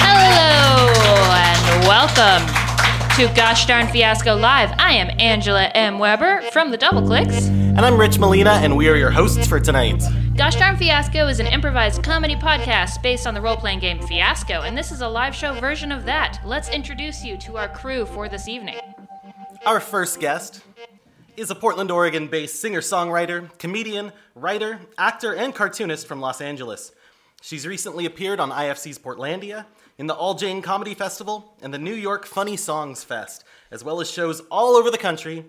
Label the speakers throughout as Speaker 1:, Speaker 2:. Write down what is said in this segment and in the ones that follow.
Speaker 1: Hello and welcome to Gosh Darn Fiasco Live. I am Angela M. Weber from the Double Clicks.
Speaker 2: And I'm Rich Molina, and we are your hosts for tonight.
Speaker 1: Gosh Darn Fiasco is an improvised comedy podcast based on the role playing game Fiasco, and this is a live show version of that. Let's introduce you to our crew for this evening.
Speaker 2: Our first guest is a Portland, Oregon based singer songwriter, comedian, writer, actor, and cartoonist from Los Angeles. She's recently appeared on IFC's Portlandia, in the All Jane Comedy Festival, and the New York Funny Songs Fest, as well as shows all over the country.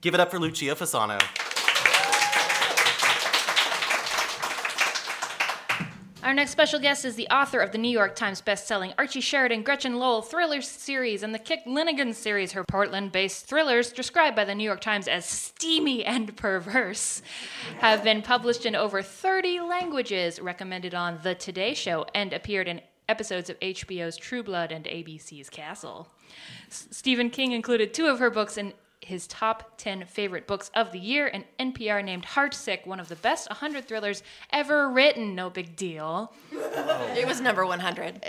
Speaker 2: Give it up for Lucia Fasano.
Speaker 1: Our next special guest is the author of the New York Times bestselling Archie Sheridan, Gretchen Lowell thriller series, and the Kick Linigan series, her Portland based thrillers, described by the New York Times as steamy and perverse, have been published in over 30 languages, recommended on The Today Show, and appeared in episodes of HBO's True Blood and ABC's Castle. S- Stephen King included two of her books in his top 10 favorite books of the year, and NPR named Heartsick one of the best 100 thrillers ever written. No big deal.
Speaker 3: It was number 100.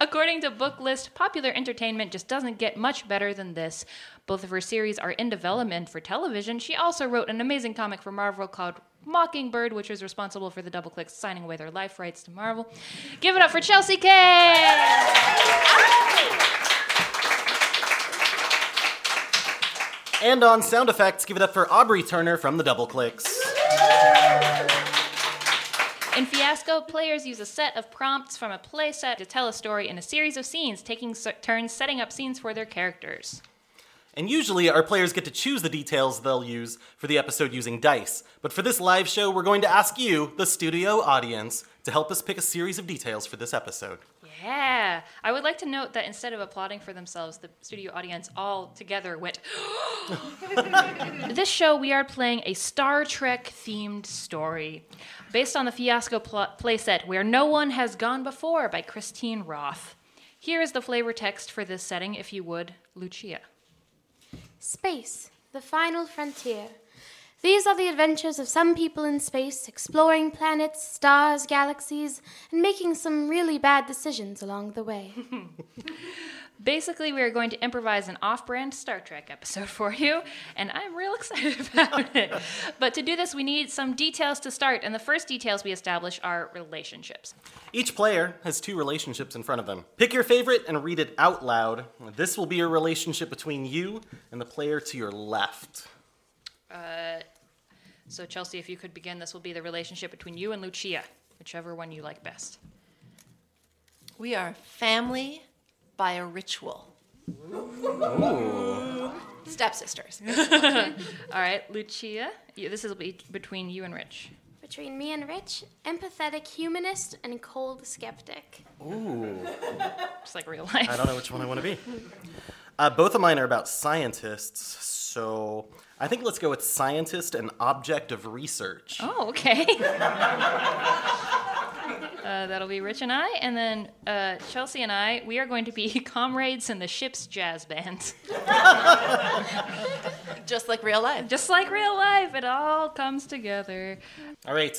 Speaker 1: According to Booklist, popular entertainment just doesn't get much better than this. Both of her series are in development for television. She also wrote an amazing comic for Marvel called Mockingbird, which was responsible for the double clicks signing away their life rights to Marvel. Give it up for Chelsea K.
Speaker 2: And on sound effects, give it up for Aubrey Turner from the Double Clicks.
Speaker 1: In Fiasco, players use a set of prompts from a playset to tell a story in a series of scenes, taking s- turns setting up scenes for their characters.
Speaker 2: And usually, our players get to choose the details they'll use for the episode using dice. But for this live show, we're going to ask you, the studio audience, to help us pick a series of details for this episode.
Speaker 1: Yeah. I would like to note that instead of applauding for themselves, the studio audience all together went, This show, we are playing a Star Trek themed story based on the Fiasco pl- playset Where No One Has Gone Before by Christine Roth. Here is the flavor text for this setting, if you would, Lucia.
Speaker 4: Space, the final frontier. These are the adventures of some people in space, exploring planets, stars, galaxies, and making some really bad decisions along the way.
Speaker 1: Basically, we are going to improvise an off brand Star Trek episode for you, and I'm real excited about it. But to do this, we need some details to start, and the first details we establish are relationships.
Speaker 2: Each player has two relationships in front of them. Pick your favorite and read it out loud. This will be a relationship between you and the player to your left.
Speaker 1: So, Chelsea, if you could begin, this will be the relationship between you and Lucia, whichever one you like best.
Speaker 3: We are family by a ritual. Stepsisters.
Speaker 1: All right, Lucia, you, this will be between you and Rich.
Speaker 4: Between me and Rich, empathetic humanist and cold skeptic.
Speaker 1: Just like real life.
Speaker 2: I don't know which one I want to be. Uh, both of mine are about scientists, so I think let's go with scientist and object of research.
Speaker 1: Oh, okay. Uh, that'll be Rich and I, and then uh, Chelsea and I. We are going to be comrades in the ship's jazz band,
Speaker 3: Just like real life.
Speaker 1: just like real life. It all comes together.
Speaker 2: All right.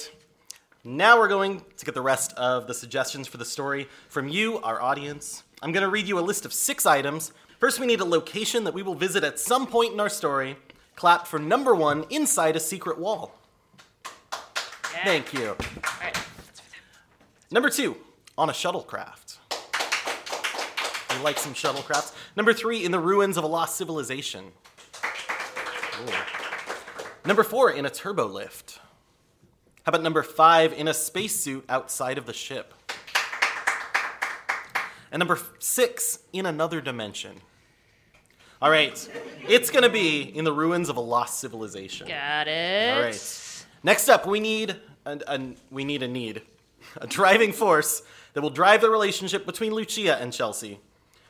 Speaker 2: Now we're going to get the rest of the suggestions for the story from you, our audience. I'm going to read you a list of six items. First, we need a location that we will visit at some point in our story. Clap for number one inside a secret wall. Thank you.
Speaker 1: All right, that's for them.
Speaker 2: Number two, on a shuttlecraft. We like some shuttlecrafts. Number three, in the ruins of a lost civilization. Ooh. Number four, in a turbo lift. How about number five, in a spacesuit outside of the ship? And number f- six, in another dimension. All right, it's gonna be in the ruins of a lost civilization.
Speaker 1: Got it.
Speaker 2: All right. Next up, we need an, an we need a need, a driving force that will drive the relationship between Lucia and Chelsea.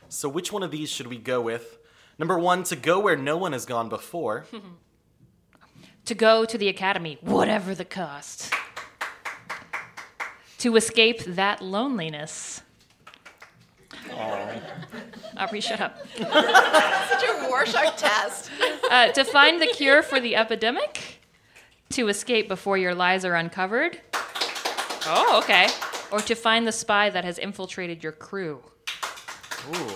Speaker 2: So, which one of these should we go with? Number one, to go where no one has gone before.
Speaker 1: To go to the academy, whatever the cost. to escape that loneliness. Aubrey, shut up.
Speaker 3: Such a Rorschach test.
Speaker 1: Uh, to find the cure for the epidemic, to escape before your lies are uncovered, Oh, okay. Or to find the spy that has infiltrated your crew.
Speaker 2: Ooh.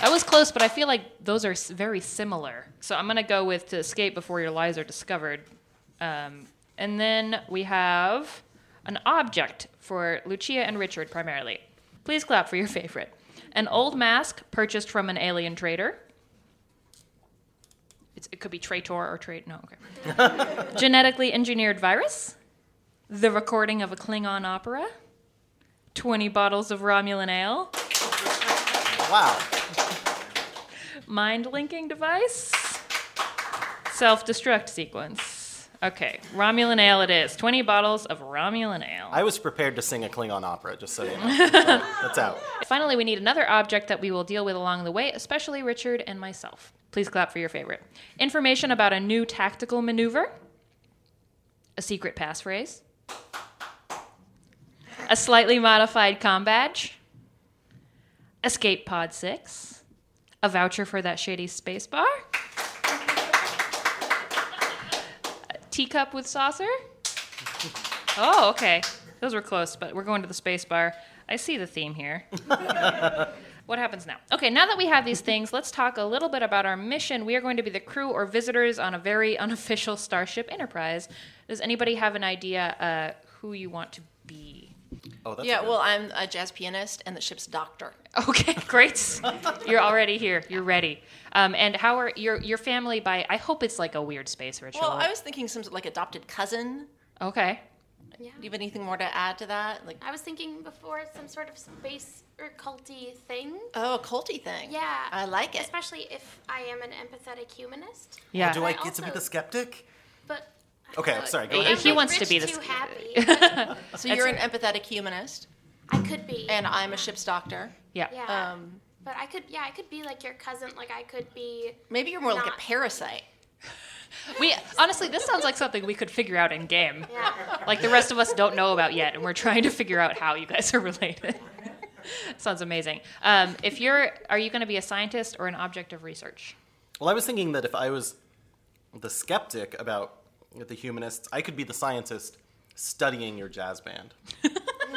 Speaker 1: That was close, but I feel like those are s- very similar. So I'm going to go with to escape before your lies are discovered. Um, and then we have an object for Lucia and Richard primarily. Please clap for your favorite. An old mask purchased from an alien trader. It's, it could be traitor or trade. No, okay. Genetically engineered virus. The recording of a Klingon opera. 20 bottles of Romulan ale.
Speaker 2: Wow.
Speaker 1: mind linking device. Self destruct sequence. Okay, Romulan ale it is. 20 bottles of Romulan ale.
Speaker 2: I was prepared to sing a Klingon opera, just so you know. So, that's out.
Speaker 1: Finally, we need another object that we will deal with along the way, especially Richard and myself. Please clap for your favorite. Information about a new tactical maneuver, a secret passphrase, a slightly modified com badge, escape pod 6, a voucher for that shady space bar, a teacup with saucer. Oh, okay. Those were close, but we're going to the space bar. I see the theme here. what happens now? Okay, now that we have these things, let's talk a little bit about our mission. We are going to be the crew or visitors on a very unofficial Starship Enterprise. Does anybody have an idea uh, who you want to be?
Speaker 2: Oh, that's
Speaker 3: yeah,
Speaker 2: good.
Speaker 3: well, I'm a jazz pianist and the ship's doctor.
Speaker 1: Okay, great. You're already here. You're ready. Um, and how are your your family? By I hope it's like a weird space ritual.
Speaker 3: Well, I was thinking some like adopted cousin.
Speaker 1: okay.
Speaker 4: Yeah.
Speaker 3: Do you have anything more to add to that? Like,
Speaker 4: I was thinking before some sort of space or culty thing.
Speaker 3: oh, a culty thing.
Speaker 4: Yeah.
Speaker 3: I like it.
Speaker 4: Especially if I am an empathetic humanist.
Speaker 1: Yeah.
Speaker 2: Do I
Speaker 4: I
Speaker 2: get to be
Speaker 4: also-
Speaker 2: the skeptic?
Speaker 4: But
Speaker 2: Okay, I'm sorry. Go
Speaker 1: He-
Speaker 2: ahead.
Speaker 1: he wants to
Speaker 4: rich
Speaker 1: be the
Speaker 4: too
Speaker 1: sc-
Speaker 4: happy.
Speaker 3: So you're an empathetic humanist,
Speaker 4: I could be.
Speaker 3: and I'm a ship's doctor.
Speaker 1: yeah.
Speaker 2: uh,
Speaker 4: yeah.
Speaker 3: Um,
Speaker 4: but I could. Yeah, I could be like your cousin. Like I could be.
Speaker 3: maybe you're more like
Speaker 4: Not-
Speaker 3: a parasite.
Speaker 1: We honestly, this sounds like something we could figure out in game.
Speaker 4: Yeah.
Speaker 1: like the rest of us don't know about yet, and we're trying to figure out how you guys are related. Sounds amazing. Um, if you're, are you going to be a scientist or an object of research?
Speaker 2: Well, I was thinking that if I was the skeptic about the humanists, I could be the scientist studying your jazz band.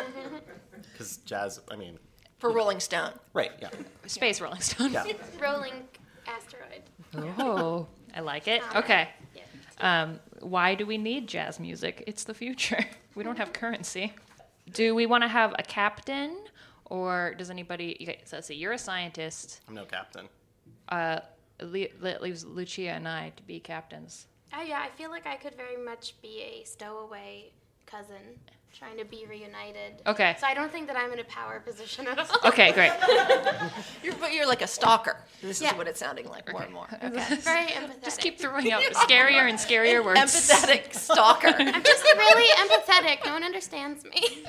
Speaker 2: Because jazz, I mean,
Speaker 3: For Rolling Stone.
Speaker 2: right, yeah.
Speaker 1: Space Rolling Stone.
Speaker 2: Yeah.
Speaker 4: Rolling asteroid.
Speaker 1: Oh, I like it. Okay.
Speaker 4: Yeah.
Speaker 1: Um, why do we need jazz music? It's the future. We don't have currency. Do we want to have a captain, or does anybody? Okay, so let's see. You're a scientist.
Speaker 2: I'm no captain.
Speaker 1: Uh, le- that leaves Lucia and I to be captains.
Speaker 4: Oh yeah, I feel like I could very much be a stowaway cousin trying to be reunited.
Speaker 1: Okay.
Speaker 4: So I don't think that I'm in a power position at all.
Speaker 1: Okay, great.
Speaker 3: You're, but you're like a stalker. This
Speaker 4: Yeah.
Speaker 3: is what it's sounding like more and more.
Speaker 4: Very empathetic.
Speaker 1: Just keep throwing out scarier and scarier words.
Speaker 3: Empathetic stalker.
Speaker 4: I'm just really empathetic. No one understands me.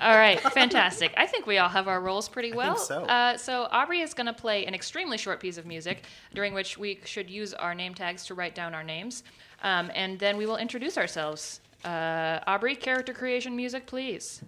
Speaker 1: All right, fantastic. I think we all have our roles pretty well.
Speaker 2: so.
Speaker 1: Uh, so Aubrey is going to play an extremely short piece of music during which we should use our name tags to write down our names, um, and then we will introduce ourselves. Uh, Aubrey, character creation music, please.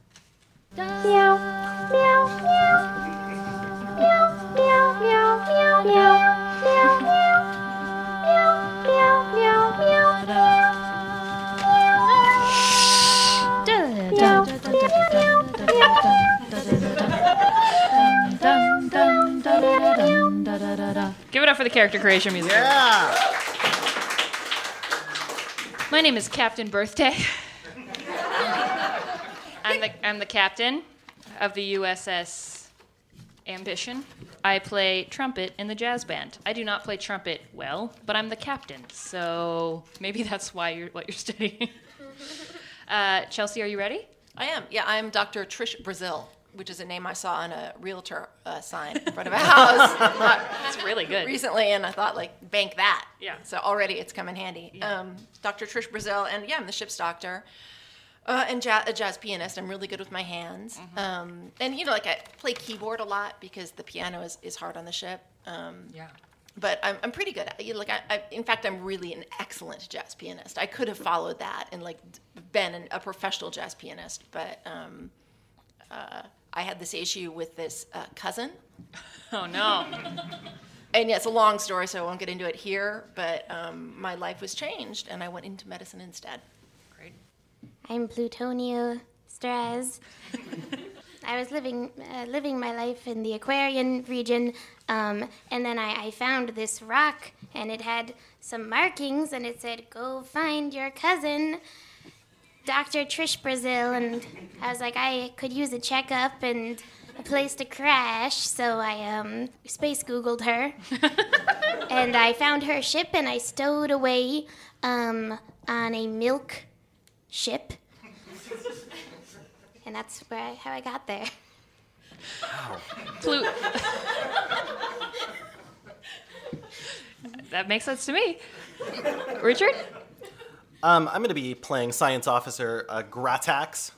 Speaker 1: Give it up for the character creation music.
Speaker 2: Yeah!
Speaker 1: My name is Captain Birthday. I'm the, I'm the captain of the USS Ambition. I play trumpet in the jazz band. I do not play trumpet well, but I'm the captain, so maybe that's why you're what you're studying. Uh, Chelsea, are you ready?
Speaker 3: I am. Yeah, I'm Dr. Trish Brazil, which is a name I saw on a realtor uh, sign in front of a house
Speaker 1: That's really good.
Speaker 3: recently, and I thought, like, bank that.
Speaker 1: Yeah.
Speaker 3: So already it's come in handy. Um, Dr. Trish Brazil, and yeah, I'm the ship's doctor. Uh, and ja- a jazz pianist. I'm really good with my hands.
Speaker 1: Mm-hmm.
Speaker 3: Um, and, you know, like I play keyboard a lot because the piano is, is hard on the ship. Um,
Speaker 1: Yeah.
Speaker 3: but I'm, I'm pretty good. at- You know, like I, I, in fact, I'm really an excellent jazz pianist. I could have followed that and like d- been an, a professional jazz pianist, but um, uh, I had this issue with this uh, cousin,
Speaker 1: Oh no.
Speaker 3: and yeah, it's a long story, so I won't get into it here. But um, my life was changed, and I went into medicine instead.
Speaker 1: Great.
Speaker 4: I'm Plutonio Stress. I was living uh, living my life in the Aquarian region, um, and then I, I found this rock, and it had some markings, and it said, "Go find your cousin." Dr. Trish Brazil, and I was like, I could use a checkup and a place to crash, so I um, space Googled her, and I found her ship, and I stowed away um, on a milk ship, and that's where I, how I got there.
Speaker 1: Plu- that makes sense to me. Richard?
Speaker 2: Um, I'm going to be playing Science Officer uh, Gratax,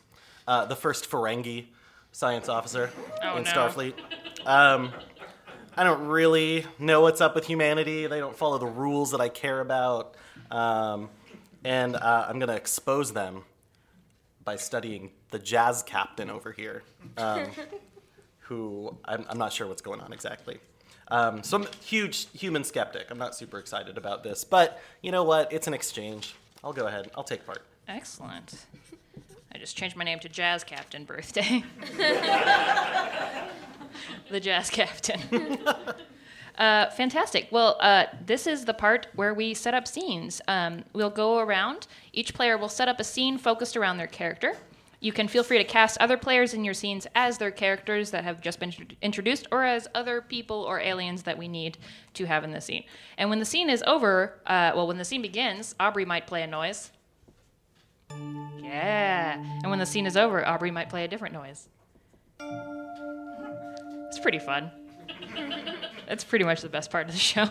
Speaker 2: uh, the first Ferengi Science Officer
Speaker 1: Oh,
Speaker 2: in
Speaker 1: no.
Speaker 2: Starfleet. Um, I don't really know what's up with humanity. They don't follow the rules that I care about. Um, and uh, I'm going to expose them by studying the jazz captain over here, um, who I'm, I'm not sure what's going on exactly. Um, so I'm a huge human skeptic. I'm not super excited about this, but you know what? It's an exchange. I'll go ahead. I'll take part.
Speaker 1: Excellent. I just changed my name to Jazz Captain Birthday. the Jazz Captain. Uh, fantastic. Well, uh, this is the part where we set up scenes. Um, we'll go around. Each player will set up a scene focused around their character. You can feel free to cast other players in your scenes as their characters that have just been intro- introduced, or as other people or aliens that we need to have in the scene. And when the scene is over, uh, well, when the scene begins, Aubrey might play a noise. Yeah. And when the scene is over, Aubrey might play a different noise. It's pretty fun. that's pretty much the best part of the show.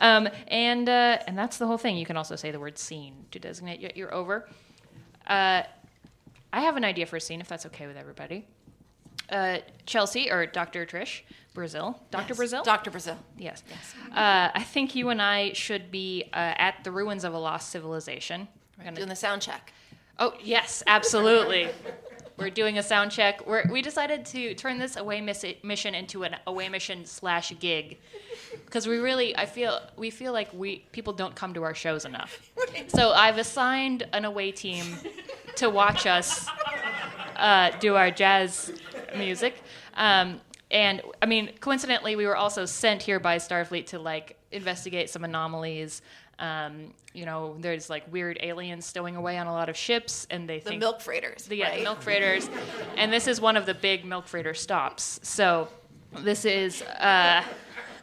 Speaker 1: Um, and, uh, and that's the whole thing. You can also say the word scene to designate that you're over. Uh, I have an idea for a scene, if that's okay with everybody. Uh, Chelsea, or Dr. Trish, Brazil. Dr.
Speaker 3: Yes.
Speaker 1: Brazil?
Speaker 3: Dr. Brazil.
Speaker 1: Yes. Uh, I think you and I should be uh, at the ruins of a lost civilization. We're gonna-
Speaker 3: Doing the sound check.
Speaker 1: Oh, yes, absolutely. We're doing a sound check. We're, we decided to turn this away miss- mission into an away mission slash gig because we really, I feel, we feel like we people don't come to our shows enough. So I've assigned an away team to watch us uh, do our jazz music. Um, and I mean, coincidentally, we were also sent here by Starfleet to like investigate some anomalies. Um, you know, there's like weird aliens stowing away on a lot of ships, and they
Speaker 3: The
Speaker 1: think
Speaker 3: milk freighters.
Speaker 1: the, yeah, the
Speaker 3: right?
Speaker 1: milk freighters, and this is one of the big milk freighter stops. So this is uh,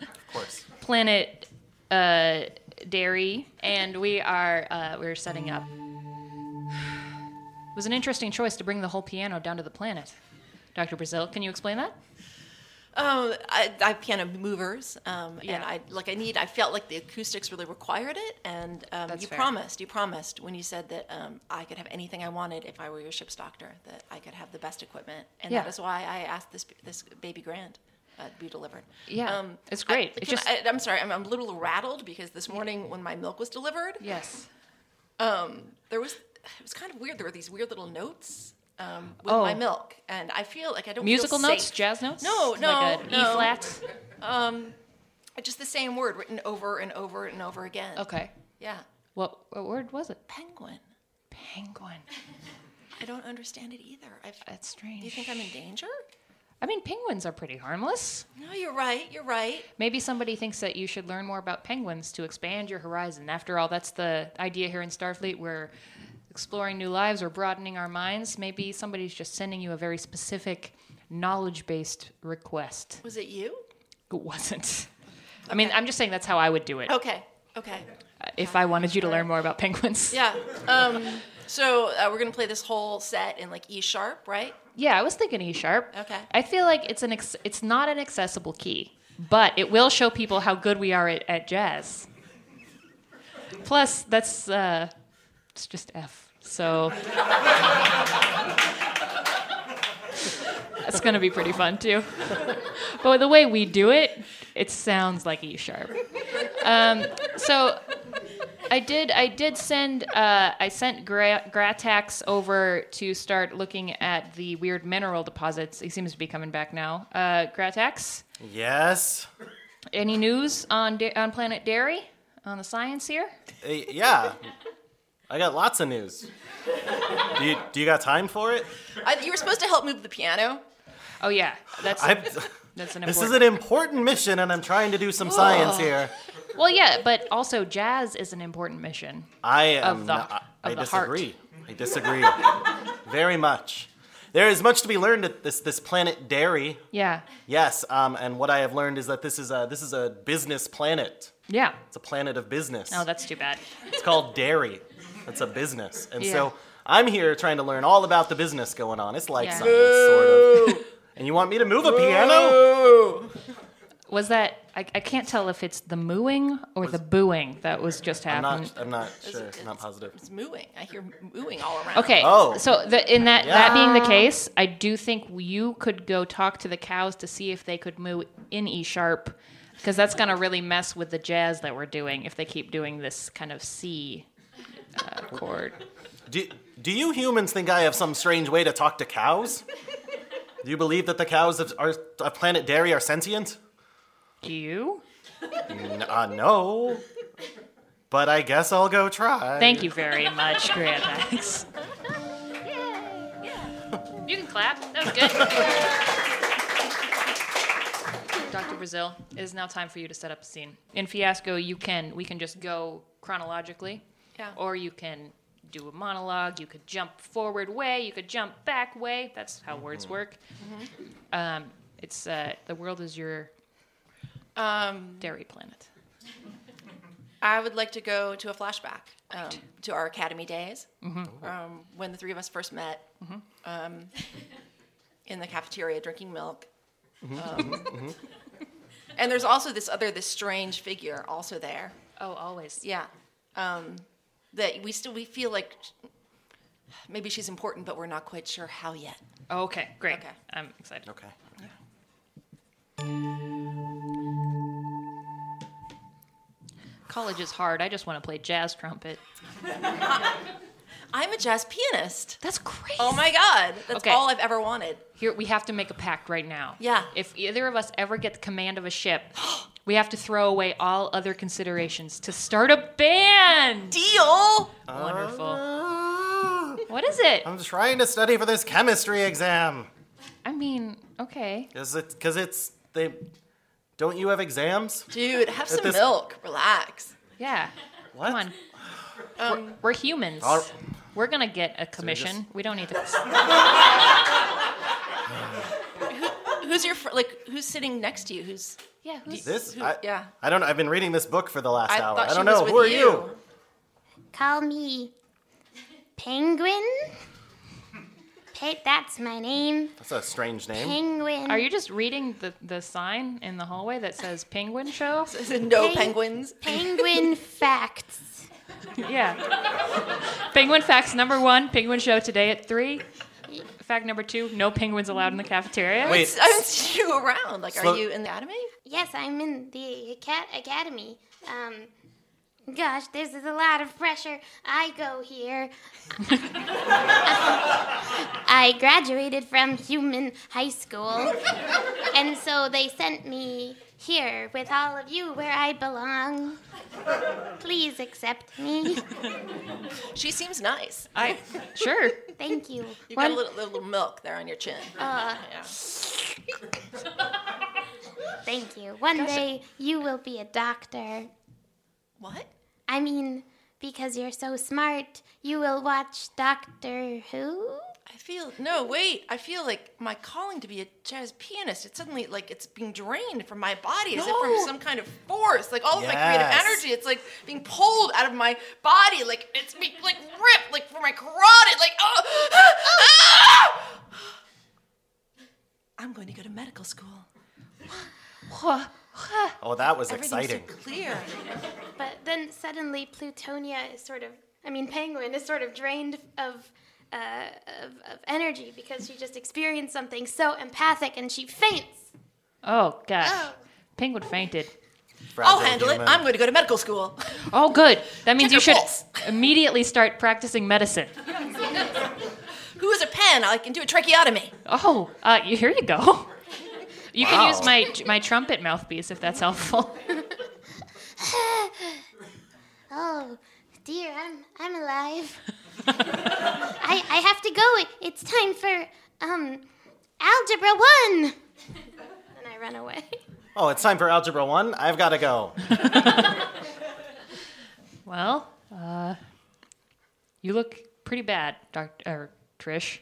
Speaker 2: Of course.
Speaker 1: Planet uh, Dairy, and we are uh, we're setting up. It was an interesting choice to bring the whole piano down to the planet. Dr. Brazil, can you explain that?
Speaker 3: Um, I, I have piano movers, um,
Speaker 1: Yeah.
Speaker 3: and I like I need. I felt like the acoustics really required it, and um,
Speaker 1: That's
Speaker 3: you
Speaker 1: fair.
Speaker 3: promised. You promised when you said that um, I could have anything I wanted if I were your ship's doctor, that I could have the best equipment, and
Speaker 1: Yeah.
Speaker 3: that is why I asked this this baby grand. Uh, to be delivered. Um,
Speaker 1: Yeah, it's
Speaker 3: I-
Speaker 1: great. It
Speaker 3: can
Speaker 1: just-
Speaker 3: I, am sorry. I'm, I'm a little rattled because this morning when my milk was delivered,
Speaker 1: Yes.
Speaker 3: there was it was kind of weird. There were these weird little notes um, with
Speaker 1: Oh.
Speaker 3: my milk, and I feel like I don't feel
Speaker 1: Musical notes,
Speaker 3: safe.
Speaker 1: jazz notes.
Speaker 3: No,
Speaker 1: like
Speaker 3: no,
Speaker 1: an
Speaker 3: no.
Speaker 1: E flat.
Speaker 3: just the same word written over and over and over again.
Speaker 1: Okay.
Speaker 3: Yeah.
Speaker 1: What, what word was it?
Speaker 3: Penguin.
Speaker 1: Penguin.
Speaker 3: I don't understand it either. I've,
Speaker 1: That's strange.
Speaker 3: you think I'm in danger?
Speaker 1: I mean, penguins are pretty harmless.
Speaker 3: No, you're right. You're right.
Speaker 1: Maybe somebody thinks that you should learn more about penguins to expand your horizon. After all, that's the idea here in Starfleet. We're exploring new lives, we're broadening our minds. Maybe somebody's just sending you a very specific knowledge based request.
Speaker 3: Was it you?
Speaker 1: It wasn't. I mean, I'm just saying that's how I would do it
Speaker 3: Okay. Okay.
Speaker 1: uh, if I wanted you to learn more about penguins.
Speaker 3: Yeah. Um, so uh, we're gonna play this whole set in like E sharp, right?
Speaker 1: Yeah, I was thinking E sharp.
Speaker 3: Okay.
Speaker 1: I feel like it's an ex- it's not an accessible key, but it will show people how good we are at, at jazz. Plus, that's uh, it's just F, so that's gonna be pretty fun too. but the way we do it, it sounds like E sharp. Um, so I did. I did send. Uh, I sent Gra- Gratax over to start looking at the weird mineral deposits. He seems to be coming back now. Uh, Gratax,
Speaker 2: Yes.
Speaker 1: any news on da- on Planet Dairy on the science here?
Speaker 2: Uh, yeah. I got lots of news. do, you, do you got time for it?
Speaker 3: I, you were supposed to help move the piano.
Speaker 1: Oh yeah, that's
Speaker 2: I,
Speaker 1: that's an important.
Speaker 2: this is an important mission, and I'm trying to do some science here.
Speaker 1: well, yeah, but also jazz is an important mission.
Speaker 2: I am.
Speaker 1: the-
Speaker 2: not- I,
Speaker 1: of the heart.
Speaker 2: disagree. I disagree. Very much. There is much to be learned at this this planet Dairy.
Speaker 1: Yeah,
Speaker 2: Yes, um, and what I have learned is that this is a this is a business planet.
Speaker 1: yeah.
Speaker 2: It's a planet of business.
Speaker 1: Oh, that's too bad.
Speaker 2: It's called Dairy. It's a business, and
Speaker 1: Yeah.
Speaker 2: so I'm here trying to learn all about the business going on. It's like
Speaker 1: Yeah.
Speaker 2: science, sort of. And you want me to move a piano?
Speaker 1: Was that? I, I can't tell if it's the mooing or the booing that was just
Speaker 2: I'm
Speaker 1: happening.
Speaker 2: not. I'm not sure. Not positive.
Speaker 3: It's mooing. I hear mooing all around.
Speaker 1: Okay.
Speaker 2: Oh.
Speaker 1: So the, in that
Speaker 2: Yeah.
Speaker 1: that being the case, I do think you could go talk to the cows to see if they could moo in E sharp, because that's gonna really mess with the jazz that we're doing if they keep doing this kind of C uh, chord.
Speaker 2: Do, do you humans think I have some strange way to talk to cows? Do you believe that the cows of, our, of planet Dairy are sentient?
Speaker 1: Do you?
Speaker 2: N- uh, no. But I guess I'll go try.
Speaker 1: Thank you very much, Grand Max. You can clap. That was good. Dr. Brazil, it is now time for you to set up a scene. In Fiasco, you can we can just go chronologically,
Speaker 3: Yeah.
Speaker 1: or you can do a monologue. You could jump forward way. You could jump back way. That's how words work. Um, it's uh, the world is your
Speaker 3: Um,
Speaker 1: dairy planet.
Speaker 3: I would like to go to a flashback um, to our academy days um, when the three of us first met um, in the cafeteria drinking milk. Um, And there's also this other, this strange figure also there.
Speaker 1: Oh, always.
Speaker 3: Yeah. Um, that we still we feel like maybe she's important, but we're not quite sure how yet.
Speaker 1: Okay, great.
Speaker 3: Okay.
Speaker 1: I'm excited.
Speaker 2: Okay.
Speaker 1: College is hard. I just want to play jazz trumpet.
Speaker 3: I'm a jazz pianist.
Speaker 1: That's crazy.
Speaker 3: Oh my god, that's
Speaker 1: Okay.
Speaker 3: all I've ever wanted.
Speaker 1: Here we have to make a pact right now.
Speaker 3: Yeah.
Speaker 1: If either of us ever get the command of a ship, we have to throw away all other considerations to start a band.
Speaker 3: Deal.
Speaker 2: Uh.
Speaker 1: Wonderful.
Speaker 2: Ah,
Speaker 1: What is it?
Speaker 2: I'm trying to study for this chemistry exam.
Speaker 1: I mean, okay.
Speaker 2: Because it, cause it's. They. Don't you have exams?
Speaker 3: Dude, have some
Speaker 2: this-
Speaker 3: milk. Relax.
Speaker 1: Yeah.
Speaker 2: What?
Speaker 1: Come on. we're, we're humans.
Speaker 2: All-
Speaker 1: We're gonna get a commission. We don't need to.
Speaker 3: Who's your fr- like? Who's sitting next to you? Who's
Speaker 1: Yeah. Who's,
Speaker 2: This?
Speaker 3: Who-
Speaker 2: I,
Speaker 3: yeah.
Speaker 2: I don't know. I've been reading this book for the last
Speaker 3: I
Speaker 2: hour.
Speaker 3: thought
Speaker 2: I don't
Speaker 3: she was
Speaker 2: know.
Speaker 3: with
Speaker 2: Who are
Speaker 3: you.
Speaker 2: you?
Speaker 5: Call me Penguin. Pe- that's my name.
Speaker 2: That's a strange name.
Speaker 5: Penguin.
Speaker 1: Are you just reading the, the sign in the hallway that says Penguin Show?
Speaker 3: no
Speaker 5: Peng-
Speaker 3: penguins?
Speaker 5: Penguin facts.
Speaker 1: Yeah. Penguin facts number one: Penguin Show today at three. Fact number two: No penguins allowed in the cafeteria.
Speaker 2: Wait.
Speaker 3: I don't see you around. Like,
Speaker 2: Slow-
Speaker 3: are you in the anime?
Speaker 5: Yes, I'm in the cat academy. Um, gosh, this is a lot of pressure. I go here. I graduated from human high school, and so they sent me here with all of you where I belong. Please accept me.
Speaker 3: She seems nice.
Speaker 1: I sure.
Speaker 5: Thank you.
Speaker 3: You
Speaker 1: One-
Speaker 3: got a little, little milk there on your chin. Yeah.
Speaker 5: Thank you. One day you will be a doctor.
Speaker 3: What?
Speaker 5: I mean, because you're so smart, you will watch Doctor Who?
Speaker 3: I feel no. Wait. I feel like my calling to be a jazz pianist. It's suddenly like it's being drained from my body, as if
Speaker 1: No.
Speaker 3: from some kind of force. Like all of my
Speaker 2: Yes.
Speaker 3: creative energy, it's like being pulled out of my body. Like it's being like ripped, like from my carotid. Like oh. ah, ah. I'm going to go to medical school.
Speaker 2: Oh, that was
Speaker 3: Everything's
Speaker 2: exciting.
Speaker 3: so clear.
Speaker 5: But then suddenly Plutonia is sort of, I mean, Penguin is sort of drained of, uh, of, of energy because she just experienced something so empathic and she faints.
Speaker 1: Oh gosh. Penguin fainted.
Speaker 3: I'll
Speaker 2: Fragile
Speaker 3: handle it.
Speaker 2: human.
Speaker 3: I'm going to go to medical school.
Speaker 1: Oh good. That means
Speaker 3: Check
Speaker 1: you
Speaker 3: her
Speaker 1: should
Speaker 3: pulse.
Speaker 1: immediately start practicing medicine.
Speaker 3: Who has a pen? I can do a tracheotomy.
Speaker 1: Oh, uh, you- here you go. You can use
Speaker 2: Wow.
Speaker 1: my my trumpet mouthpiece if that's helpful.
Speaker 5: Oh, dear, I'm I'm alive. I I have to go. It, it's time for um algebra one. and I run away.
Speaker 2: Oh, it's time for Algebra 1. I've got to go.
Speaker 1: Well, uh, you look pretty bad, Doctor or Trish,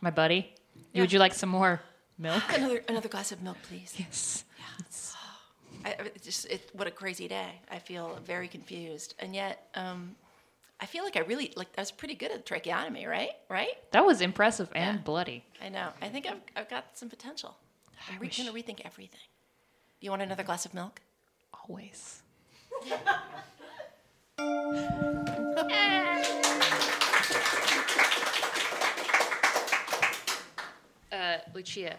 Speaker 1: my buddy. Would you like some more milk?
Speaker 3: Another another glass of milk, please.
Speaker 1: Yes.
Speaker 3: I, I- it's just it, what a crazy day. I feel very confused, and yet um, I feel like I really like I was pretty good at tracheotomy, right? Right?
Speaker 1: That was impressive and bloody.
Speaker 3: I know. I think I've I've got some potential. I'm re-
Speaker 1: wish-
Speaker 3: gonna rethink everything. You want another glass of milk?
Speaker 1: Always. uh, Lucia,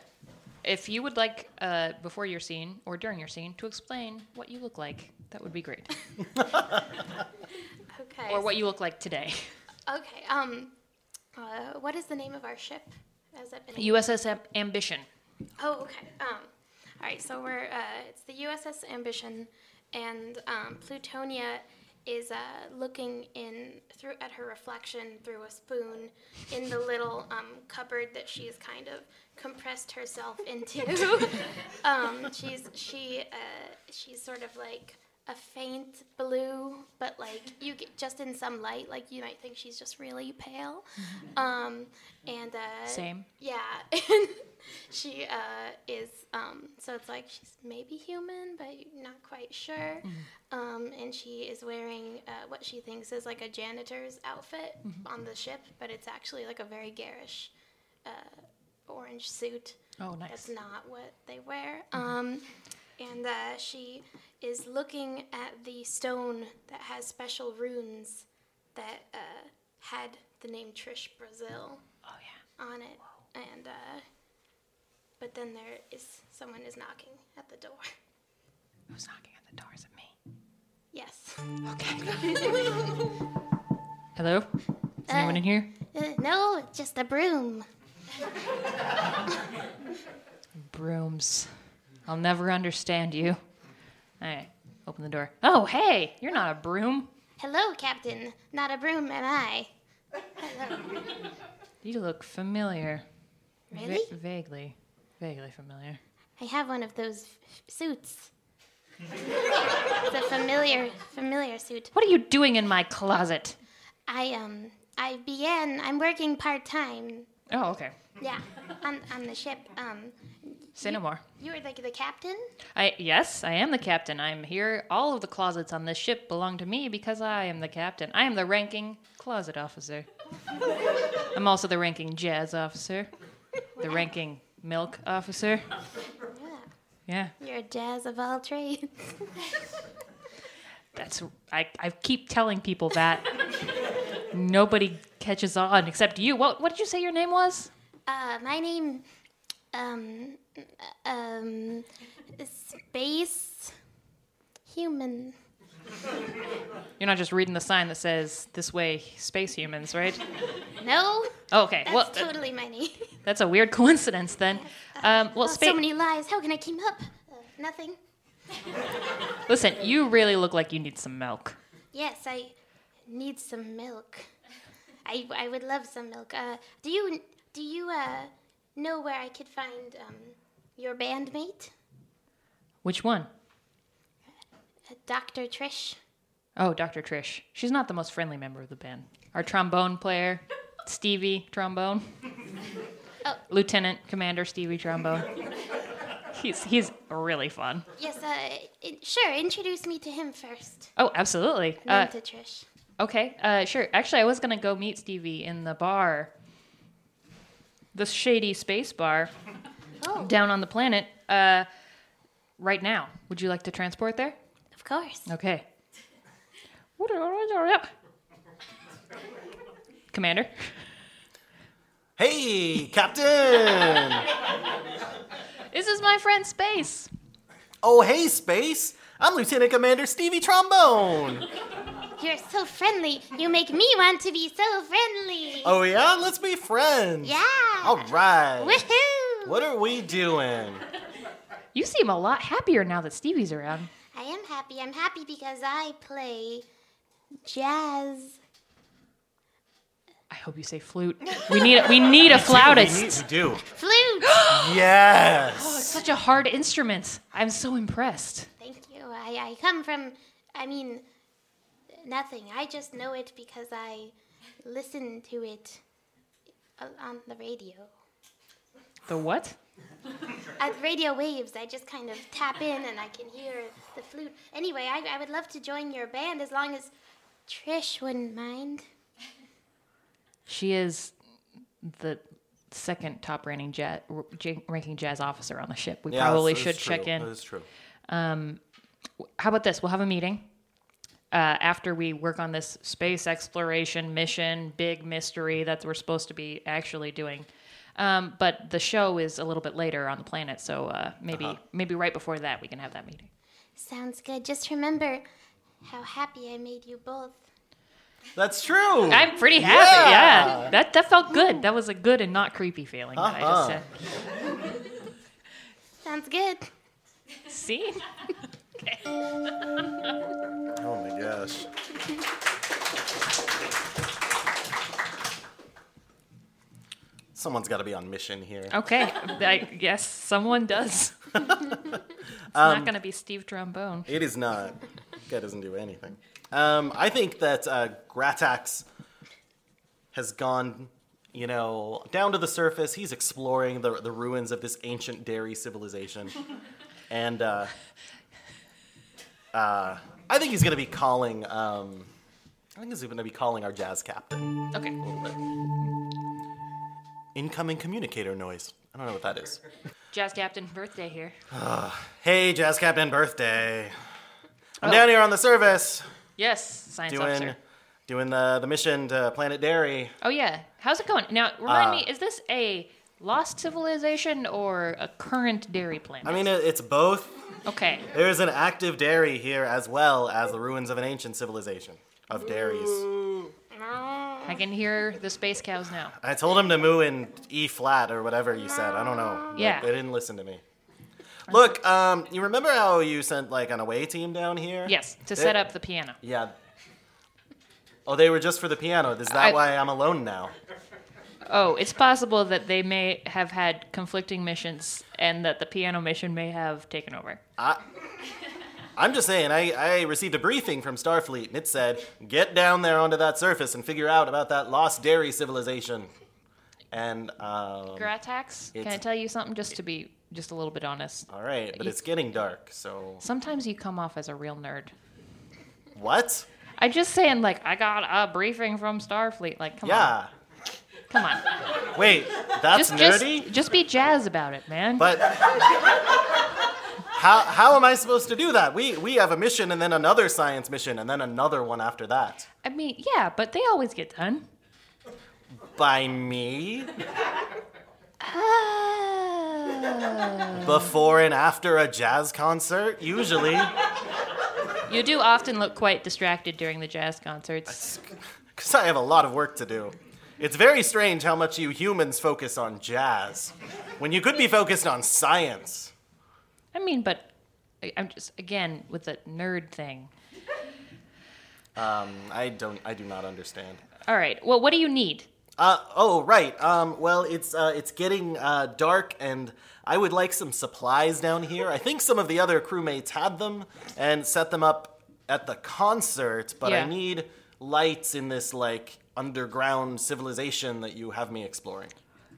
Speaker 1: if you would like, uh, before your scene or during your scene, to explain what you look like, that would be great.
Speaker 4: Okay.
Speaker 1: or what you look like today.
Speaker 4: Okay. Um, uh, what is the name of our ship? Has that been?
Speaker 1: USS Am- Ambition.
Speaker 4: Oh, okay. Um, all right. So we're uh, it's the USS Ambition, and um, Plutonia is uh, looking in through at her reflection through a spoon in the little um, cupboard that she's kind of compressed herself into. um, she's she uh, she's sort of like a faint blue, but like you get just in some light, like you might think she's just really pale. Um, and uh,
Speaker 1: Same.
Speaker 4: yeah, she uh, is. Um, so it's like she's maybe human, but not quite sure. Um, and she is wearing uh, what she thinks is like a janitor's outfit on the ship, but it's actually like a very garish uh, orange suit.
Speaker 1: Oh,
Speaker 4: That's
Speaker 1: nice.
Speaker 4: not what they wear.
Speaker 5: Mm-hmm.
Speaker 4: Um, and uh, she is looking at the stone that has special runes that uh, had the name Trish Brazil
Speaker 1: Oh, yeah.
Speaker 4: on it, and uh, but then there is someone is knocking at the door.
Speaker 1: Who's knocking at the door? Is it me?
Speaker 4: Yes.
Speaker 1: Okay. Hello? Is anyone in here?
Speaker 5: Uh, no, it's just a broom.
Speaker 1: Brooms. I'll never understand you. Hey, open the door. Oh, hey, you're not a broom.
Speaker 5: Hello, Captain. Not a broom am I.
Speaker 1: You look familiar. Va-
Speaker 5: Really?
Speaker 1: vaguely. Vaguely familiar.
Speaker 5: I have one of those f- suits. it's a familiar, familiar suit.
Speaker 1: What are you doing in my closet?
Speaker 5: I um, I began. I'm working part time.
Speaker 1: Oh, okay.
Speaker 5: Yeah, on on the ship. Um,
Speaker 1: Say no more.
Speaker 5: you were like the captain.
Speaker 1: I yes, I am the captain. I'm here. All of the closets on this ship belong to me because I am the captain. I am the ranking closet officer. I'm also the ranking jazz officer. The ranking milk officer. Yeah.
Speaker 5: You're a jazz of all trades.
Speaker 1: That's I, I keep telling people that. Nobody catches on except you. What what did you say your name was?
Speaker 5: Uh, my name, um, um, space human.
Speaker 1: You're not just reading the sign that says this way space humans, right?
Speaker 5: No,
Speaker 1: Oh, okay.
Speaker 5: that's
Speaker 1: well, that-
Speaker 5: totally my name.
Speaker 1: that's a weird coincidence then. Um, well,
Speaker 5: Oh,
Speaker 1: space.
Speaker 5: so many lies. How can I keep up? Uh, nothing.
Speaker 1: Listen, you really look like you need some milk.
Speaker 5: Yes, I need some milk. I, I would love some milk. Uh, do you do you uh, know where I could find um, your bandmate,
Speaker 1: Which one?
Speaker 5: uh, Doctor Trish?
Speaker 1: Oh, Dr. Trish. She's not the most friendly member of the band. Our trombone player, Stevie Trombone.
Speaker 5: Oh.
Speaker 1: Lieutenant Commander Stevie Trombone. he's he's really fun.
Speaker 5: Yes, uh, i- sure. Introduce me to him first,
Speaker 1: Oh, absolutely.
Speaker 5: and then
Speaker 1: Uh,
Speaker 5: to Trish.
Speaker 1: Okay, uh, sure. Actually, I was gonna go meet Stevie in the bar, the shady space bar
Speaker 5: Oh.
Speaker 1: down on the planet. Uh, right now, would you like to transport there?
Speaker 5: Of course.
Speaker 1: Okay. Commander,
Speaker 2: Hey, Captain!
Speaker 1: this is my friend Space.
Speaker 2: oh, hey, Space! I'm Lieutenant Commander Stevie Trombone!
Speaker 5: You're so friendly. You make me want to be so friendly.
Speaker 2: Oh, yeah? Let's be friends!
Speaker 5: Yeah.
Speaker 2: All right.
Speaker 5: Woohoo!
Speaker 2: What are we doing?
Speaker 1: You seem a lot happier now that Stevie's around.
Speaker 5: I am happy. I'm happy because I play Jazz.
Speaker 1: I hope you say flute. We need we need a flautist.
Speaker 2: We need- we do.
Speaker 5: Flute!
Speaker 2: Yes.
Speaker 1: Such a hard instrument. I'm so impressed.
Speaker 5: Thank you. I, I come from, I mean, nothing. I just know it because I listen to it o- on the radio.
Speaker 1: The what?
Speaker 5: At radio waves, I just kind of tap in and I can hear the flute. Anyway, I, I would love to join your band as long as Trish wouldn't mind.
Speaker 1: She is the second top ranking jazz, ranking jazz officer on the ship. We
Speaker 2: Yeah,
Speaker 1: probably
Speaker 2: that's-
Speaker 1: should
Speaker 2: that's
Speaker 1: check
Speaker 2: true.
Speaker 1: in.
Speaker 2: That is true.
Speaker 1: How about this? We'll have a meeting uh, after we work on this space exploration mission, big mystery that we're supposed to be actually doing. Um, but the show is a little bit later on the planet, so uh, maybe
Speaker 2: Uh-huh.
Speaker 1: maybe right before that we can have that meeting.
Speaker 5: Sounds good. Just remember how happy I made you both.
Speaker 2: That's true.
Speaker 1: I'm pretty happy. Yeah. That that felt good. That was a good and not creepy feeling that I just
Speaker 2: Uh-huh.
Speaker 1: said.
Speaker 5: Sounds good.
Speaker 1: See?
Speaker 2: oh my gosh. Someone's got to be on mission here.
Speaker 1: Okay. I guess someone does. it's
Speaker 2: Um,
Speaker 1: not going to be Steve Trombone.
Speaker 2: It is not. Guy doesn't do anything. Um, I think that uh, Gratax has gone, you know, down to the surface. He's exploring the, the ruins of this ancient dairy civilization. and uh, uh, I think he's going to be calling, um, I think he's going to be calling our jazz captain.
Speaker 1: Okay.
Speaker 2: Incoming communicator noise. I don't know what that is.
Speaker 1: Jazz Captain birthday here.
Speaker 2: Hey, jazz captain, birthday. I'm
Speaker 1: Oh.
Speaker 2: down here on the service.
Speaker 1: Yes, science
Speaker 2: doing
Speaker 1: officer.
Speaker 2: doing the the mission to Planet Dairy.
Speaker 1: Oh yeah. How's it going? Now, remind
Speaker 2: Uh,
Speaker 1: me, is this a lost civilization or a current dairy planet?
Speaker 2: I mean, it, it's both.
Speaker 1: okay.
Speaker 2: There is an active dairy here as well as the ruins of an ancient civilization of dairies.
Speaker 1: I can hear the space cows now.
Speaker 2: I told him to moo in E flat or whatever you said. I don't know. Like,
Speaker 1: Yeah.
Speaker 2: they didn't listen to me. Look, um, you remember how you sent like an away team down here?
Speaker 1: Yes, to
Speaker 2: They-
Speaker 1: set up the piano.
Speaker 2: Yeah. Oh, they were just for the piano. Is that
Speaker 1: I-
Speaker 2: why I'm alone now?
Speaker 1: Oh, it's possible that they may have had conflicting missions and that the piano mission may have taken over.
Speaker 2: I'm just saying, I, I received a briefing from Starfleet, and it said, get down there onto that surface and figure out about that lost dairy civilization. And, um,
Speaker 1: Gratax, can I
Speaker 2: It's-
Speaker 1: tell you something just to be just a little bit honest?
Speaker 2: all right, but it's getting dark, so.
Speaker 1: Sometimes you come off as a real nerd.
Speaker 2: What?
Speaker 1: I'm just saying, like, I got a briefing from Starfleet. Like, come on,
Speaker 2: Yeah.
Speaker 1: come on,
Speaker 2: Wait, that's
Speaker 1: just
Speaker 2: nerdy?
Speaker 1: just just be jazz about it, man.
Speaker 2: But. How, how am I supposed to do that? We, we have a mission and then another science mission and then another one after that.
Speaker 1: I mean, yeah, but they always get done.
Speaker 2: By me?
Speaker 1: Oh.
Speaker 2: Before and after a jazz concert? Usually.
Speaker 1: you do often look quite distracted during the jazz concerts.
Speaker 2: Because I have a lot of work to do. It's very strange how much you humans focus on jazz when you could be focused on science.
Speaker 1: I mean, but I- I'm just again with the nerd thing.
Speaker 2: I don't, I do not understand.
Speaker 1: All right. Well, what do you need?
Speaker 2: Uh, oh, right. Um, well, it's, uh, it's getting uh, dark, and I would like some supplies down here. I think some of the other crewmates had them and set them up at the concert, but
Speaker 1: Yeah.
Speaker 2: I need lights in this, like, underground civilization that you have me exploring.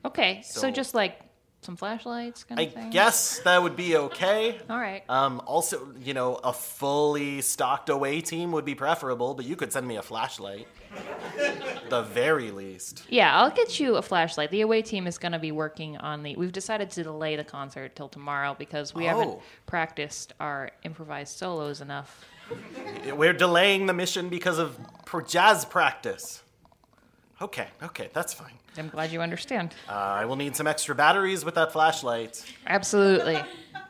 Speaker 1: Okay, so,
Speaker 2: So-
Speaker 1: just like some flashlights, kind
Speaker 2: I
Speaker 1: of thing.
Speaker 2: guess that would be okay.
Speaker 1: All right.
Speaker 2: Um, also, you know, a fully stocked away team would be preferable, but you could send me a flashlight. the very least.
Speaker 1: Yeah, I'll get you a flashlight. The away team is going to be working on the. We've decided to delay the concert till tomorrow because we haven't
Speaker 2: Oh.
Speaker 1: practiced our improvised solos enough.
Speaker 2: We're delaying the mission because of pro- jazz practice. Okay, okay, that's fine.
Speaker 1: I'm glad you understand.
Speaker 2: Uh, I will need some extra batteries with that flashlight.
Speaker 1: Absolutely.
Speaker 2: Uh,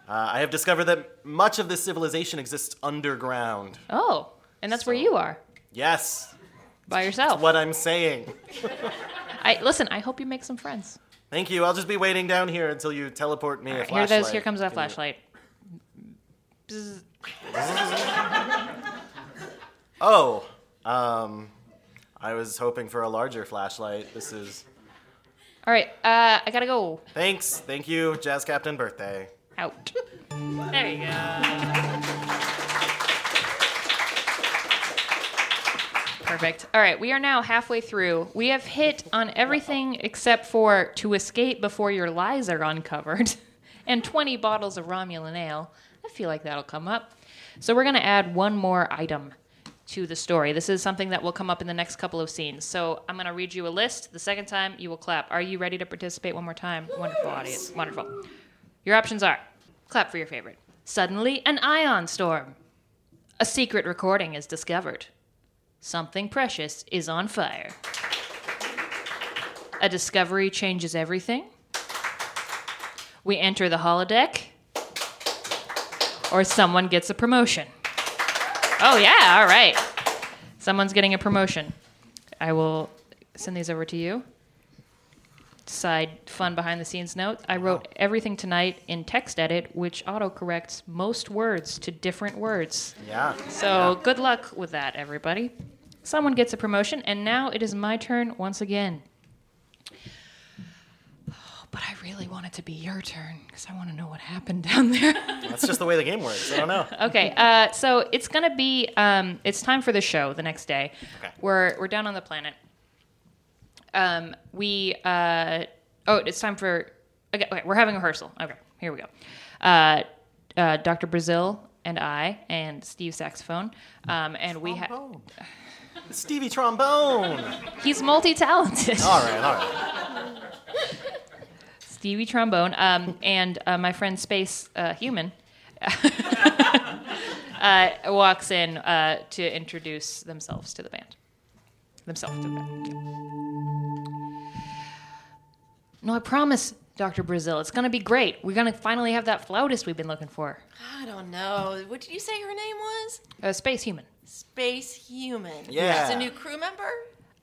Speaker 2: I have discovered that much of this civilization exists underground.
Speaker 1: Oh, and that's where you are
Speaker 2: Yes,
Speaker 1: by yourself.
Speaker 2: what I'm saying.
Speaker 1: I listen. I hope you make some friends.
Speaker 2: Thank you. I'll just be waiting down here until you teleport me a
Speaker 1: Here
Speaker 2: flashlight.
Speaker 1: those. Here comes that
Speaker 2: Can you-
Speaker 1: flashlight. Bzz.
Speaker 2: Oh, Um, I was hoping for a larger flashlight. This is.
Speaker 1: All right, uh, I gotta go.
Speaker 2: Thanks. Thank you, Jazz Captain Birthday.
Speaker 1: Out. there you go. Perfect. All right, we are now halfway through. We have hit on everything except for to escape before your lies are uncovered and 20 bottles of Romulan ale. I feel like that'll come up. So we're going to add one more item to the story. This is something that will come up in the next couple of scenes. So I'm going to read you a list. The second time, you will clap. Are you ready to participate one more time? Wonderful audience. Wonderful. Your options are clap for your favorite. Suddenly, an ion storm. A secret recording is discovered. Something precious is on fire. A discovery changes everything. We enter the holodeck. Or someone gets a promotion. Oh, yeah, all right. Someone's getting a promotion. I will send these over to you. Side fun behind the scenes note I wrote everything tonight in text edit, which autocorrects most words to different words.
Speaker 2: Yeah.
Speaker 1: So good luck with that, everybody. Someone gets a promotion, and now it is my turn once again. Oh, But I really want it to be your turn because I want to know what happened down there.
Speaker 2: That's just the way the game works. I don't know.
Speaker 1: okay, uh, so it's gonna be um, it's time for the show the next day.
Speaker 2: Okay.
Speaker 1: We're we're down on the planet. Um, we uh, oh, it's time for okay, okay. We're having a rehearsal. Okay, here we go. Uh, uh, Doctor Brazil and I and Steve saxophone, um, and we have
Speaker 2: Trombone. Stevie Trombone.
Speaker 1: he's multi talented.
Speaker 2: All right, all right.
Speaker 1: Stevie trombone, um, and uh, my friend Space uh, Human uh, walks in uh, to introduce themselves to the band. Themselves to the band. yeah. No, I promise, Dr. Brazil, it's going to be great. We're going to finally have that flautist we've been looking for.
Speaker 3: I don't know. What did you say her name was?
Speaker 1: Uh, Space Human.
Speaker 3: Space Human.
Speaker 2: Yeah.
Speaker 3: She's a new crew member?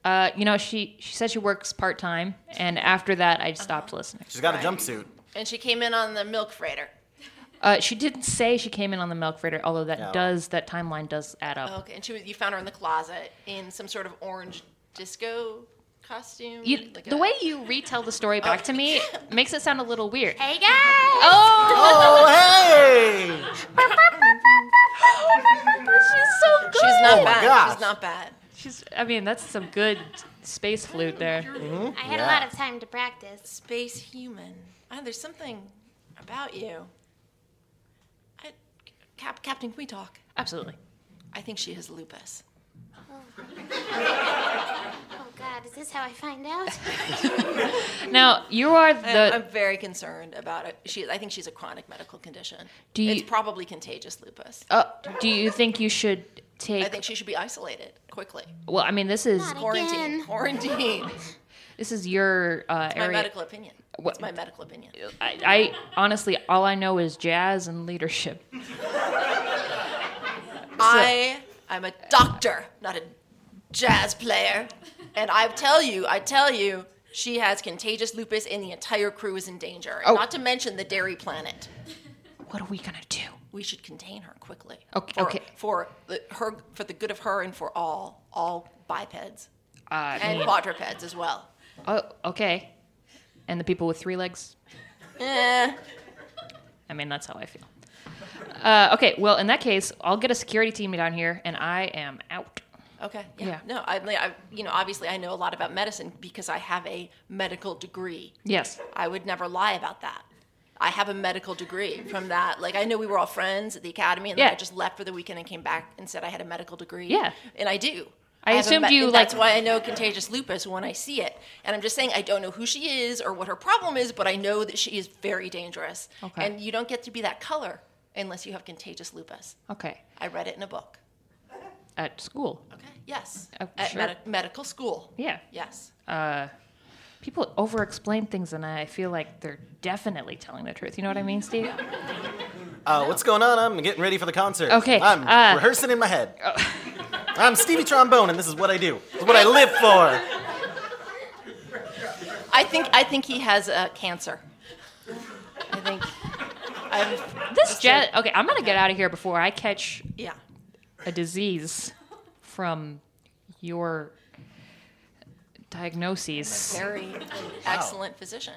Speaker 1: Uh, you know, she, she said she works part time, and after that, I stopped listening.
Speaker 2: She's got a jumpsuit.
Speaker 3: And she came in on the milk freighter.
Speaker 1: Uh, she didn't say she came in on the milk freighter, although that
Speaker 2: No.
Speaker 1: does, that timeline does add up.
Speaker 3: Okay. And she was, you found her in the closet in some sort of orange disco costume.
Speaker 1: You,
Speaker 3: like
Speaker 1: the
Speaker 3: a-
Speaker 1: way you retell the story back to me makes it sound a little weird.
Speaker 5: Hey guys!
Speaker 1: Oh,
Speaker 2: Oh, hey!
Speaker 1: she's so good.
Speaker 3: She's not bad.
Speaker 2: gosh.
Speaker 3: She's not bad.
Speaker 1: She's, I mean, that's some good space flute there.
Speaker 5: I had
Speaker 2: Yeah.
Speaker 5: a lot of time to practice.
Speaker 3: Space Human. Ah, there's something about you. I, Cap, Captain, can we talk?
Speaker 1: Absolutely.
Speaker 3: I think she has lupus.
Speaker 5: Oh god, is this how I find out?
Speaker 1: Now you are
Speaker 3: I-
Speaker 1: the.
Speaker 3: I'm very concerned about it. She, I think she's a chronic medical condition.
Speaker 1: Do you-
Speaker 3: it's probably contagious lupus.
Speaker 1: Uh, do you think you should take?
Speaker 3: I think she should be isolated quickly.
Speaker 1: well, I mean, this is
Speaker 5: Not
Speaker 3: Quarantine.
Speaker 5: Again.
Speaker 3: Quarantine.
Speaker 1: this is your uh,
Speaker 3: my
Speaker 1: area.
Speaker 3: medical opinion.
Speaker 1: What-
Speaker 3: It's my medical opinion.
Speaker 1: I, I honestly, all I know is jazz and leadership.
Speaker 3: I am a doctor, not a jazz player. And I tell you, I tell you, she has contagious lupus and the entire crew is in danger.
Speaker 1: Oh.
Speaker 3: Not to mention the dairy planet.
Speaker 1: What are we gonna do?
Speaker 3: We should contain her quickly.
Speaker 1: Okay-
Speaker 3: For,
Speaker 1: okay.
Speaker 3: for the, her for the good of her and for all all bipeds
Speaker 1: Uh,
Speaker 3: and quadrupeds as well.
Speaker 1: oh, okay. And the people with three legs.
Speaker 3: Eh,
Speaker 1: I mean, that's how I feel. Uh, okay, well, in that case, I'll get a security team down here, and I am out.
Speaker 3: okay. Yeah.
Speaker 1: Yeah.
Speaker 3: No, I, I you know obviously I know a lot about medicine because I have a medical degree.
Speaker 1: Yes.
Speaker 3: I would never lie about that. I have a medical degree from that. Like I know we were all friends at the academy, and then
Speaker 1: Yeah.
Speaker 3: I just left for the weekend and came back and said I had a medical degree.
Speaker 1: Yeah.
Speaker 3: and I do.
Speaker 1: I
Speaker 3: have a
Speaker 1: assumed you,
Speaker 3: That's
Speaker 1: like-
Speaker 3: why I know contagious lupus when I see it. And I'm just saying I don't know who she is or what her problem is, but I know that she is very dangerous.
Speaker 1: Okay.
Speaker 3: And you don't get to be that color unless you have contagious lupus.
Speaker 1: Okay.
Speaker 3: I read it in a book.
Speaker 1: At school.
Speaker 3: Okay. Yes.
Speaker 1: Oh,
Speaker 3: at
Speaker 1: sure.
Speaker 3: medi- medical school.
Speaker 1: Yeah.
Speaker 3: Yes.
Speaker 1: People over explain things, and I feel like they're definitely telling the truth. You know what I
Speaker 3: Mm.
Speaker 1: mean, Steve?
Speaker 2: Uh, what's going on? I'm getting ready for the concert.
Speaker 1: Okay,
Speaker 2: I'm
Speaker 1: uh,
Speaker 2: rehearsing in my head. I'm Stevie Trombone, and this is what I do. It's what I live for.
Speaker 3: I think I think he has uh, cancer. I think. I'm,
Speaker 1: This jet. Okay, I'm going to get out of here before I catch
Speaker 3: Yeah.
Speaker 1: a disease from your diagnoses.
Speaker 3: Very excellent physician.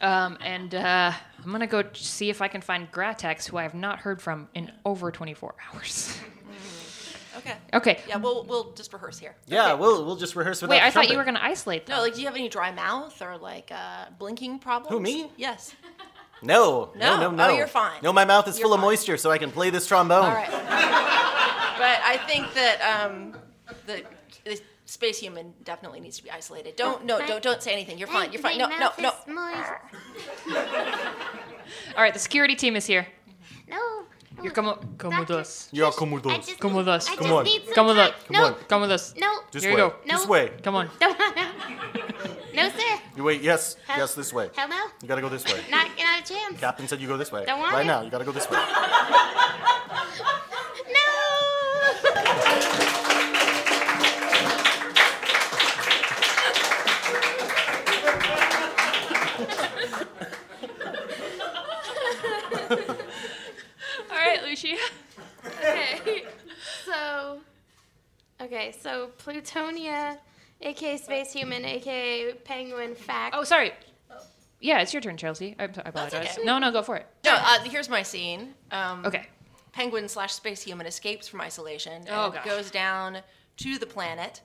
Speaker 1: Um, and uh, I'm going to go t- see if I can find Gratex, who I have not heard from in over 24 hours.
Speaker 3: Okay.
Speaker 1: okay.
Speaker 3: Yeah, we'll we'll just rehearse here.
Speaker 2: Yeah, we'll we'll just rehearse with
Speaker 1: Wait, I thought you were going to isolate them.
Speaker 3: No, like, do you have any dry mouth or like uh, blinking problems?
Speaker 2: Who, me?
Speaker 3: Yes.
Speaker 2: No, no, no,
Speaker 3: No.
Speaker 2: no.
Speaker 3: Oh, you're fine.
Speaker 2: No, my mouth is
Speaker 3: You're
Speaker 2: full of
Speaker 3: fine.
Speaker 2: moisture, so I can play this trombone.
Speaker 3: All right. but I think that um, the, the space human definitely needs to be isolated. Don't no, don't don't say anything. You're fine. You're fine. No,
Speaker 5: My
Speaker 3: no,
Speaker 5: mouth
Speaker 3: no.
Speaker 5: is moist.
Speaker 1: All right, the security team is here.
Speaker 5: No.
Speaker 1: You're come, come with
Speaker 5: Doctor,
Speaker 1: us.
Speaker 2: Yeah, come with
Speaker 5: I
Speaker 2: us.
Speaker 5: just
Speaker 1: Come
Speaker 5: need-
Speaker 1: with us.
Speaker 5: I
Speaker 1: Come
Speaker 5: just
Speaker 2: on.
Speaker 5: need some
Speaker 1: Come with us.
Speaker 5: time.
Speaker 2: Come
Speaker 5: no,
Speaker 2: on.
Speaker 1: Come with us.
Speaker 5: no.
Speaker 2: This
Speaker 1: Here
Speaker 2: way.
Speaker 1: you go.
Speaker 5: No.
Speaker 2: This way.
Speaker 1: Come on.
Speaker 5: No, sir.
Speaker 2: You wait. Yes. Yes, this way.
Speaker 5: Hell no.
Speaker 2: You gotta go this way.
Speaker 5: Not, not a chance.
Speaker 2: Captain said you go this way.
Speaker 5: Don't want
Speaker 2: right
Speaker 5: it.
Speaker 2: now, you gotta go this way.
Speaker 5: No.
Speaker 1: All right, Lucia.
Speaker 4: Okay. so, okay, so Plutonia, aka Space Human, aka Penguin Fact.
Speaker 1: Oh, sorry. Yeah, it's your turn, Chelsea. I'm so- I apologize.
Speaker 3: okay.
Speaker 1: No, no, go for it.
Speaker 3: No, uh, here's my scene. Um,
Speaker 1: Okay.
Speaker 3: Penguin slash space human escapes from isolation and
Speaker 1: Oh, gosh.
Speaker 3: goes down to the planet,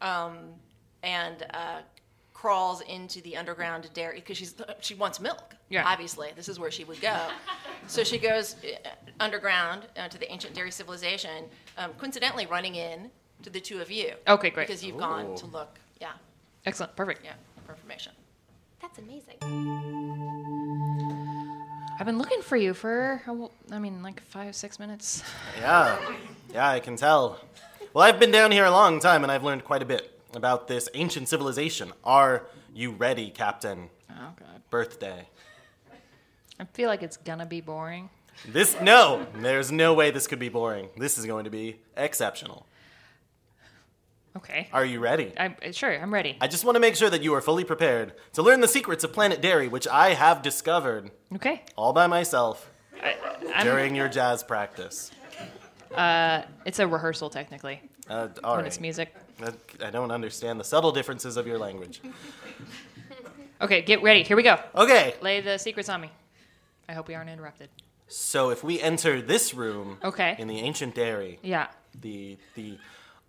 Speaker 3: um, and uh, crawls into the underground dairy because she's she wants milk.
Speaker 1: Yeah.
Speaker 3: Obviously, this is where she would go. so she goes uh, underground uh, to the ancient dairy civilization. Um, coincidentally, running in to the two of you.
Speaker 1: Okay, great.
Speaker 3: Because you've gone
Speaker 2: Ooh.
Speaker 3: to look. Yeah,
Speaker 1: Excellent. Perfect.
Speaker 3: yeah, for information.
Speaker 4: That's amazing.
Speaker 1: I've been looking for you for, a wh- I mean, like five, six minutes.
Speaker 2: Yeah. Yeah, I can tell. Well, I've been down here a long time, and I've learned quite a bit about this ancient civilization. Are you ready, Captain?
Speaker 1: Oh, God.
Speaker 2: Birthday.
Speaker 1: I feel like it's gonna be boring.
Speaker 2: This no. There's no way this could be boring. This is going to be exceptional.
Speaker 1: Okay.
Speaker 2: Are you ready?
Speaker 1: I'm uh, sure. I'm ready.
Speaker 2: I just want to make sure that you are fully prepared to learn the secrets of Planet Dairy, which I have discovered
Speaker 1: Okay.
Speaker 2: all by myself
Speaker 1: I, I'm,
Speaker 2: during your jazz practice.
Speaker 1: it's a rehearsal technically
Speaker 2: Uh, all
Speaker 1: when it's
Speaker 2: right.
Speaker 1: music.
Speaker 2: Uh, I don't understand the subtle differences of your language.
Speaker 1: Okay, get ready. Here we go.
Speaker 2: Okay,
Speaker 1: Lay the secrets on me. I hope we aren't interrupted.
Speaker 2: so if we enter this room
Speaker 1: Okay.
Speaker 2: in the ancient dairy,
Speaker 1: Yeah.
Speaker 2: the the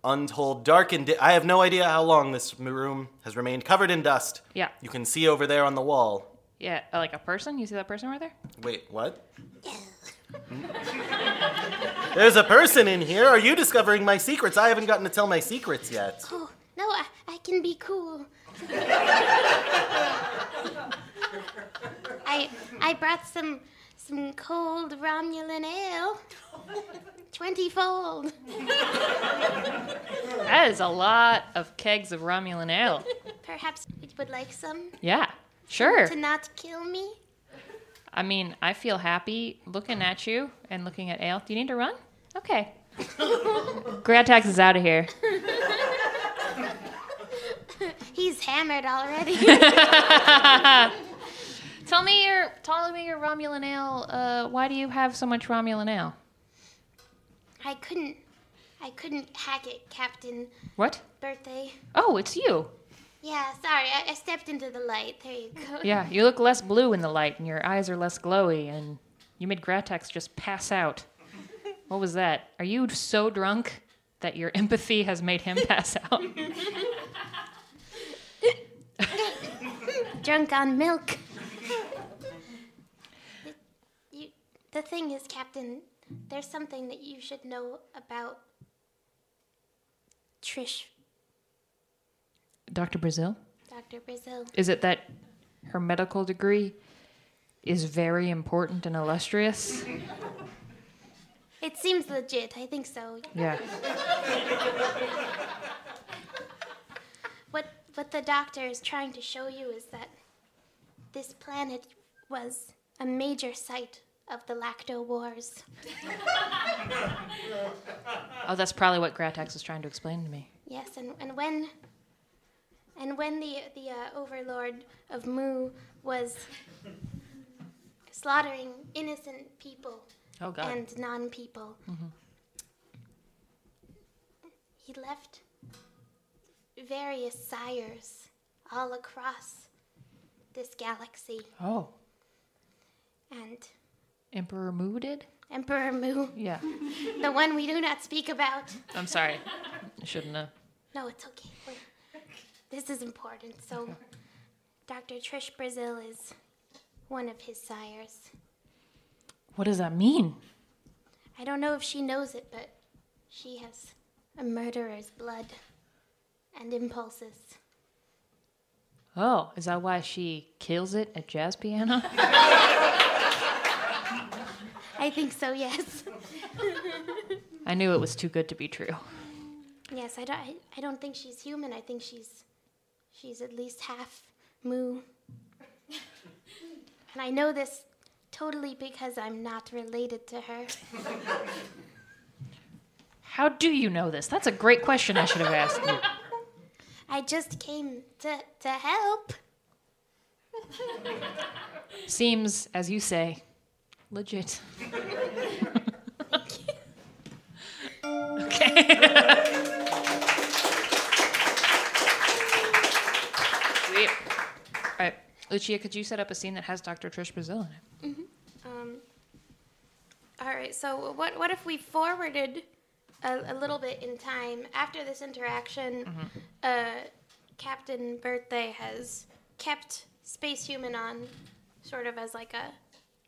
Speaker 2: untold dark and di- I have no idea how long this m- room has remained covered in dust.
Speaker 1: Yeah.
Speaker 2: You can see over there on the wall.
Speaker 1: Yeah. uh, Like a person. You see that person right there?
Speaker 2: Wait, what? There's a person in here. Are you discovering my secrets? I haven't gotten to tell my secrets yet.
Speaker 5: Oh, no, I, I can be cool. I I brought some some cold Romulan ale. Twentyfold.
Speaker 1: That is a lot of kegs of Romulan ale.
Speaker 5: Perhaps you would like some
Speaker 1: Yeah. Sure.
Speaker 5: to not kill me?
Speaker 1: I mean, I feel happy looking at you and looking at ale. Do you need to run? Okay. Grad tax is out of here.
Speaker 5: He's hammered already.
Speaker 1: Tell me your tell me your Romulan ale. Uh, why do you have so much Romulan ale?
Speaker 5: I couldn't I couldn't hack it, Captain
Speaker 1: What?
Speaker 5: Birthday.
Speaker 1: Oh, it's you.
Speaker 5: Yeah, sorry, I, I stepped into the light. There you go.
Speaker 1: Yeah, you look less blue in the light, and your eyes are less glowy, and you made Gratex just pass out. What was that? Are you so drunk that your empathy has made him pass out?
Speaker 5: drunk on milk. you, the thing is, Captain, there's something that you should know about Trish,
Speaker 1: Dr. Brazil?
Speaker 5: Dr. Brazil.
Speaker 1: Is it that her medical degree is very important and illustrious?
Speaker 5: It seems legit, I think so.
Speaker 1: Yeah.
Speaker 5: What, what the doctor is trying to show you is that this planet was a major site of the Lacto Wars.
Speaker 1: Oh, that's probably what Gratex was trying to explain to me.
Speaker 5: Yes, and, and when and when the the uh, overlord of Mu was slaughtering innocent people
Speaker 1: Oh, God.
Speaker 5: and non-people, he left various sires all across this galaxy.
Speaker 1: Oh.
Speaker 5: And
Speaker 1: Emperor Moo did?
Speaker 5: Emperor Mu,
Speaker 1: Yeah.
Speaker 5: the one we do not speak about.
Speaker 1: I'm sorry. I shouldn't have.
Speaker 5: No, it's okay. Wait. This is important. So, Dr. Trish Brazil is one of his sires.
Speaker 1: What does that mean?
Speaker 5: I don't know if she knows it, but she has a murderer's blood and impulses.
Speaker 1: Oh, is that why she kills it at jazz piano?
Speaker 5: I think so, yes.
Speaker 1: I knew it was too good to be true.
Speaker 5: yes, I don't, I, I don't think she's human. I think she's she's at least half moo. and I know this totally because I'm not related to her.
Speaker 1: How do you know this? That's a great question I should have asked you.
Speaker 5: I just came to to help.
Speaker 1: Seems, as you say, legit. okay. Sweet. All right. Lucia, could you set up a scene that has Dr. Trish Brazil in it?
Speaker 5: Um, all right. So what what if we forwarded a, a little bit in time after this interaction? Uh, Captain Birthday has kept Space Human on, sort of as like a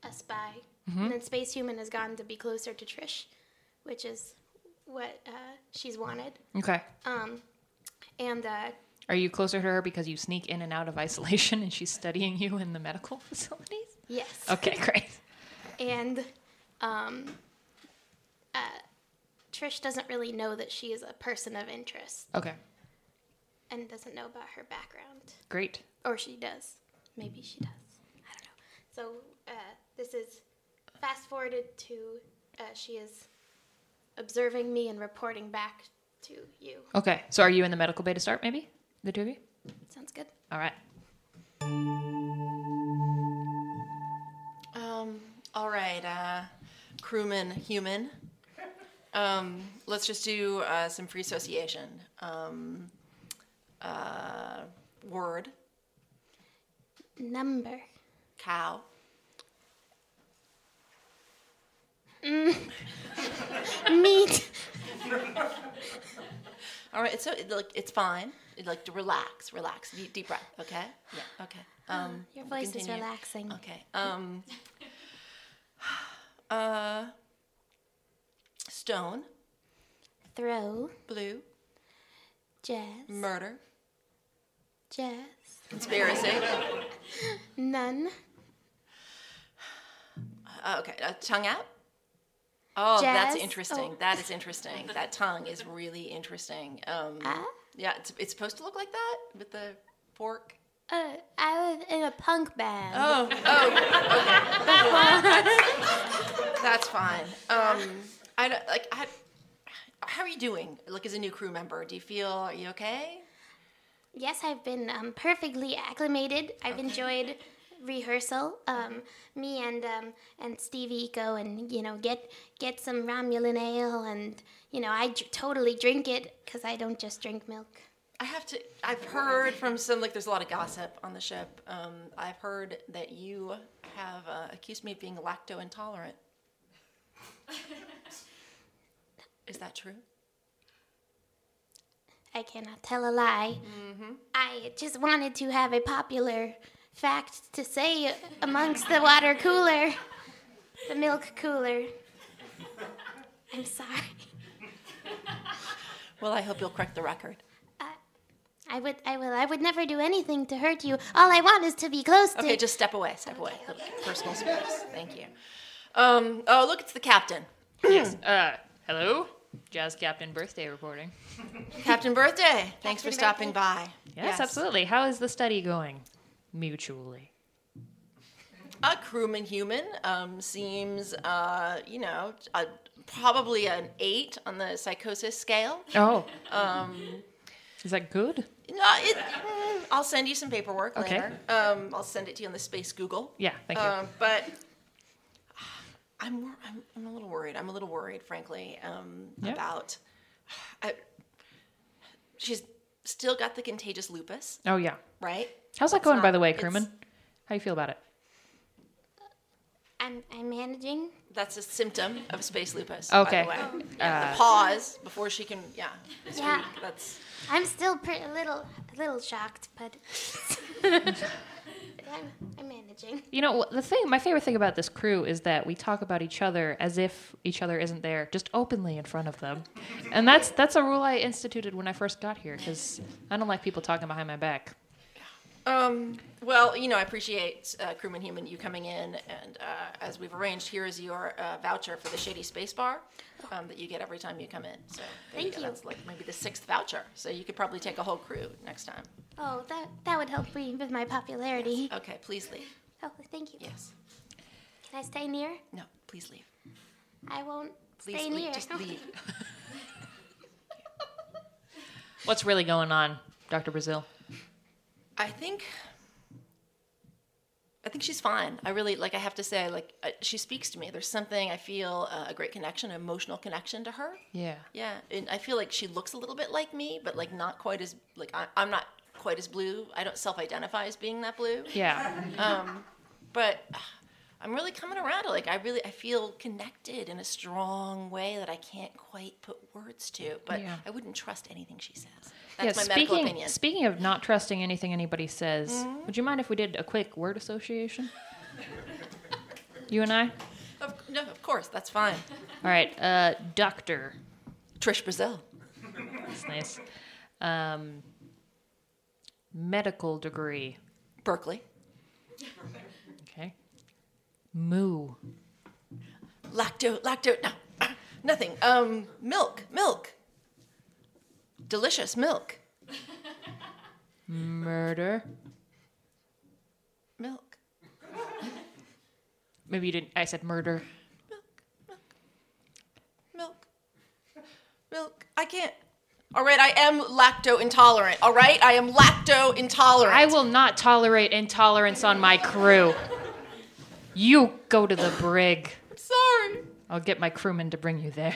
Speaker 5: a spy, and then Space Human has gone to be closer to Trish, which is what uh, she's wanted.
Speaker 1: Okay.
Speaker 5: Um, and uh,
Speaker 1: Are you closer to her because you sneak in and out of isolation and she's studying you in the medical facilities?
Speaker 5: yes.
Speaker 1: Okay, great.
Speaker 5: and um, uh, Trish doesn't really know that she is a person of interest
Speaker 1: Okay,
Speaker 5: and doesn't know about her background,
Speaker 1: great.
Speaker 5: or she does. Maybe she does. I don't know. So uh, this is fast forwarded to uh, she is observing me and reporting back to you.
Speaker 1: Okay, so are you in the medical bay to start, maybe? The two of you?
Speaker 5: Sounds good.
Speaker 1: All right.
Speaker 3: Um, all right, uh, crewman, human. Um, let's just do uh, some free association. Um, uh, word,
Speaker 5: Number
Speaker 3: cow.
Speaker 5: meat.
Speaker 3: All right, so it, like it's fine. It, like to relax, relax, deep, deep breath. Okay. Yeah. Okay. Um,
Speaker 5: Your voice is
Speaker 3: continue.
Speaker 5: relaxing.
Speaker 3: Okay. Um, uh, stone,
Speaker 5: Throw
Speaker 3: blue,
Speaker 5: jazz.
Speaker 3: murder,
Speaker 5: jazz.
Speaker 3: conspiracy.
Speaker 5: None.
Speaker 3: Uh, okay, uh, tongue out. Oh, that's
Speaker 5: Jazz?
Speaker 3: interesting.
Speaker 5: Oh.
Speaker 3: That is interesting. That tongue is really interesting. Um,
Speaker 5: Ah.
Speaker 3: Yeah, it's, it's supposed to look like that with the fork.
Speaker 5: Uh, I was in a punk band.
Speaker 3: Oh, oh, okay. that's fine. Um, I don't, like I. How are you doing? Like as a new crew member, do you feel? Are you okay?
Speaker 5: Yes, I've been um, perfectly acclimated. I've enjoyed rehearsal. Um, me and um, and Stevie go and you know get get some Romulan ale, and you know I dr- totally drink it because I don't just drink milk.
Speaker 3: I have to. I've heard from some like there's a lot of gossip on the ship. Um, I've heard that you have uh, accused me of being lacto intolerant. Is that true?
Speaker 5: I cannot tell a lie. I just wanted to have a popular fact to say amongst the water cooler, the milk cooler. I'm sorry.
Speaker 3: Well, I hope you'll correct the record.
Speaker 5: I would, I will, I would never do anything to hurt you. All I want is to be close to.
Speaker 3: Okay, just step away. Step away. Personal space. Thank you. Um, oh, look, it's the captain.
Speaker 1: yes. Uh, hello? Jazz Captain birthday reporting.
Speaker 3: Captain Birthday. Thanks for
Speaker 5: Captain
Speaker 3: stopping by.
Speaker 1: Yes, absolutely. How is the study going? Mutually.
Speaker 3: A crewman human um, seems, uh, you know, a, probably an eight on the psychosis scale.
Speaker 1: Oh. Um, is that good?
Speaker 3: No, it, mm, I'll send you some paperwork
Speaker 1: Okay.
Speaker 3: later. Um, I'll send it to you on the space Google.
Speaker 1: Yeah, thank you.
Speaker 3: Um, but I'm, wor- I'm I'm a little worried. I'm a little worried, frankly, um,
Speaker 1: Yeah.
Speaker 3: about. I, she's still got the contagious lupus,
Speaker 1: Oh yeah.
Speaker 3: right?
Speaker 1: How's that going, by
Speaker 3: not-
Speaker 1: the way,
Speaker 3: it's-
Speaker 1: Crewman? How you feel about it?
Speaker 5: I'm, I'm managing.
Speaker 3: That's a symptom of space lupus.
Speaker 1: Okay. Uh,
Speaker 3: By the way. Yeah, the pause before she can. Yeah. it's
Speaker 5: Yeah.
Speaker 3: weak. That's
Speaker 5: I'm still pre- a little a little shocked, but I'm, I'm managing.
Speaker 1: You know, the thing, my favorite thing about this crew is that we talk about each other as if each other isn't there, just openly in front of them. And that's that's a rule I instituted when I first got here because I don't like people talking behind my back.
Speaker 3: Um, well, you know, I appreciate uh, Crewman Human you coming in, and uh, as we've arranged, here is your uh, voucher for the Shady Space Bar um, that you get every time you come in. So there
Speaker 5: Thank
Speaker 3: go.
Speaker 5: you.
Speaker 3: That's like maybe the sixth voucher, so you could probably take a whole crew next time.
Speaker 5: Oh, that that would help me with my popularity.
Speaker 3: Okay, please leave.
Speaker 5: Oh, thank you.
Speaker 3: Yes.
Speaker 5: Can I stay near?
Speaker 3: No, please leave.
Speaker 5: I won't
Speaker 3: Please
Speaker 5: stay
Speaker 3: leave.
Speaker 5: near.
Speaker 3: Just leave.
Speaker 1: What's really going on, Dr. Brazil?
Speaker 3: I think. I think she's fine. I really like. I have to say, like, uh, she speaks to me. There's something I feel uh, a great connection, an emotional connection to her.
Speaker 1: Yeah.
Speaker 3: Yeah, and I feel like she looks a little bit like me, but like not quite as like I, I'm not quite as blue. I don't self-identify as being that blue,
Speaker 1: Yeah.
Speaker 3: but ah, I'm really coming around. to, Like I really I feel connected in a strong way that I can't quite put words to. But
Speaker 1: Yeah.
Speaker 3: I wouldn't trust anything she says. That's
Speaker 1: yeah
Speaker 3: my medical
Speaker 1: speaking,
Speaker 3: opinion. Mm-hmm.
Speaker 1: speaking of not trusting anything anybody says, would you mind if we did a quick word association? you and I?
Speaker 3: Of, no, of course that's fine.
Speaker 1: All right. Uh, doctor.
Speaker 3: Trish Brazil,
Speaker 1: That's nice. Um, medical degree.
Speaker 3: Berkeley,
Speaker 1: Okay. Moo.
Speaker 3: lacto lacto no ah, nothing. Um, milk milk, delicious milk
Speaker 1: Murder.
Speaker 3: milk.
Speaker 1: Maybe you didn't. I said murder.
Speaker 3: Milk. Milk. I can't. All right, I am lacto intolerant. All right, I am lacto intolerant.
Speaker 1: I will not tolerate intolerance on my crew. You go to the brig.
Speaker 3: I'm sorry.
Speaker 1: I'll get my crewman to bring you there.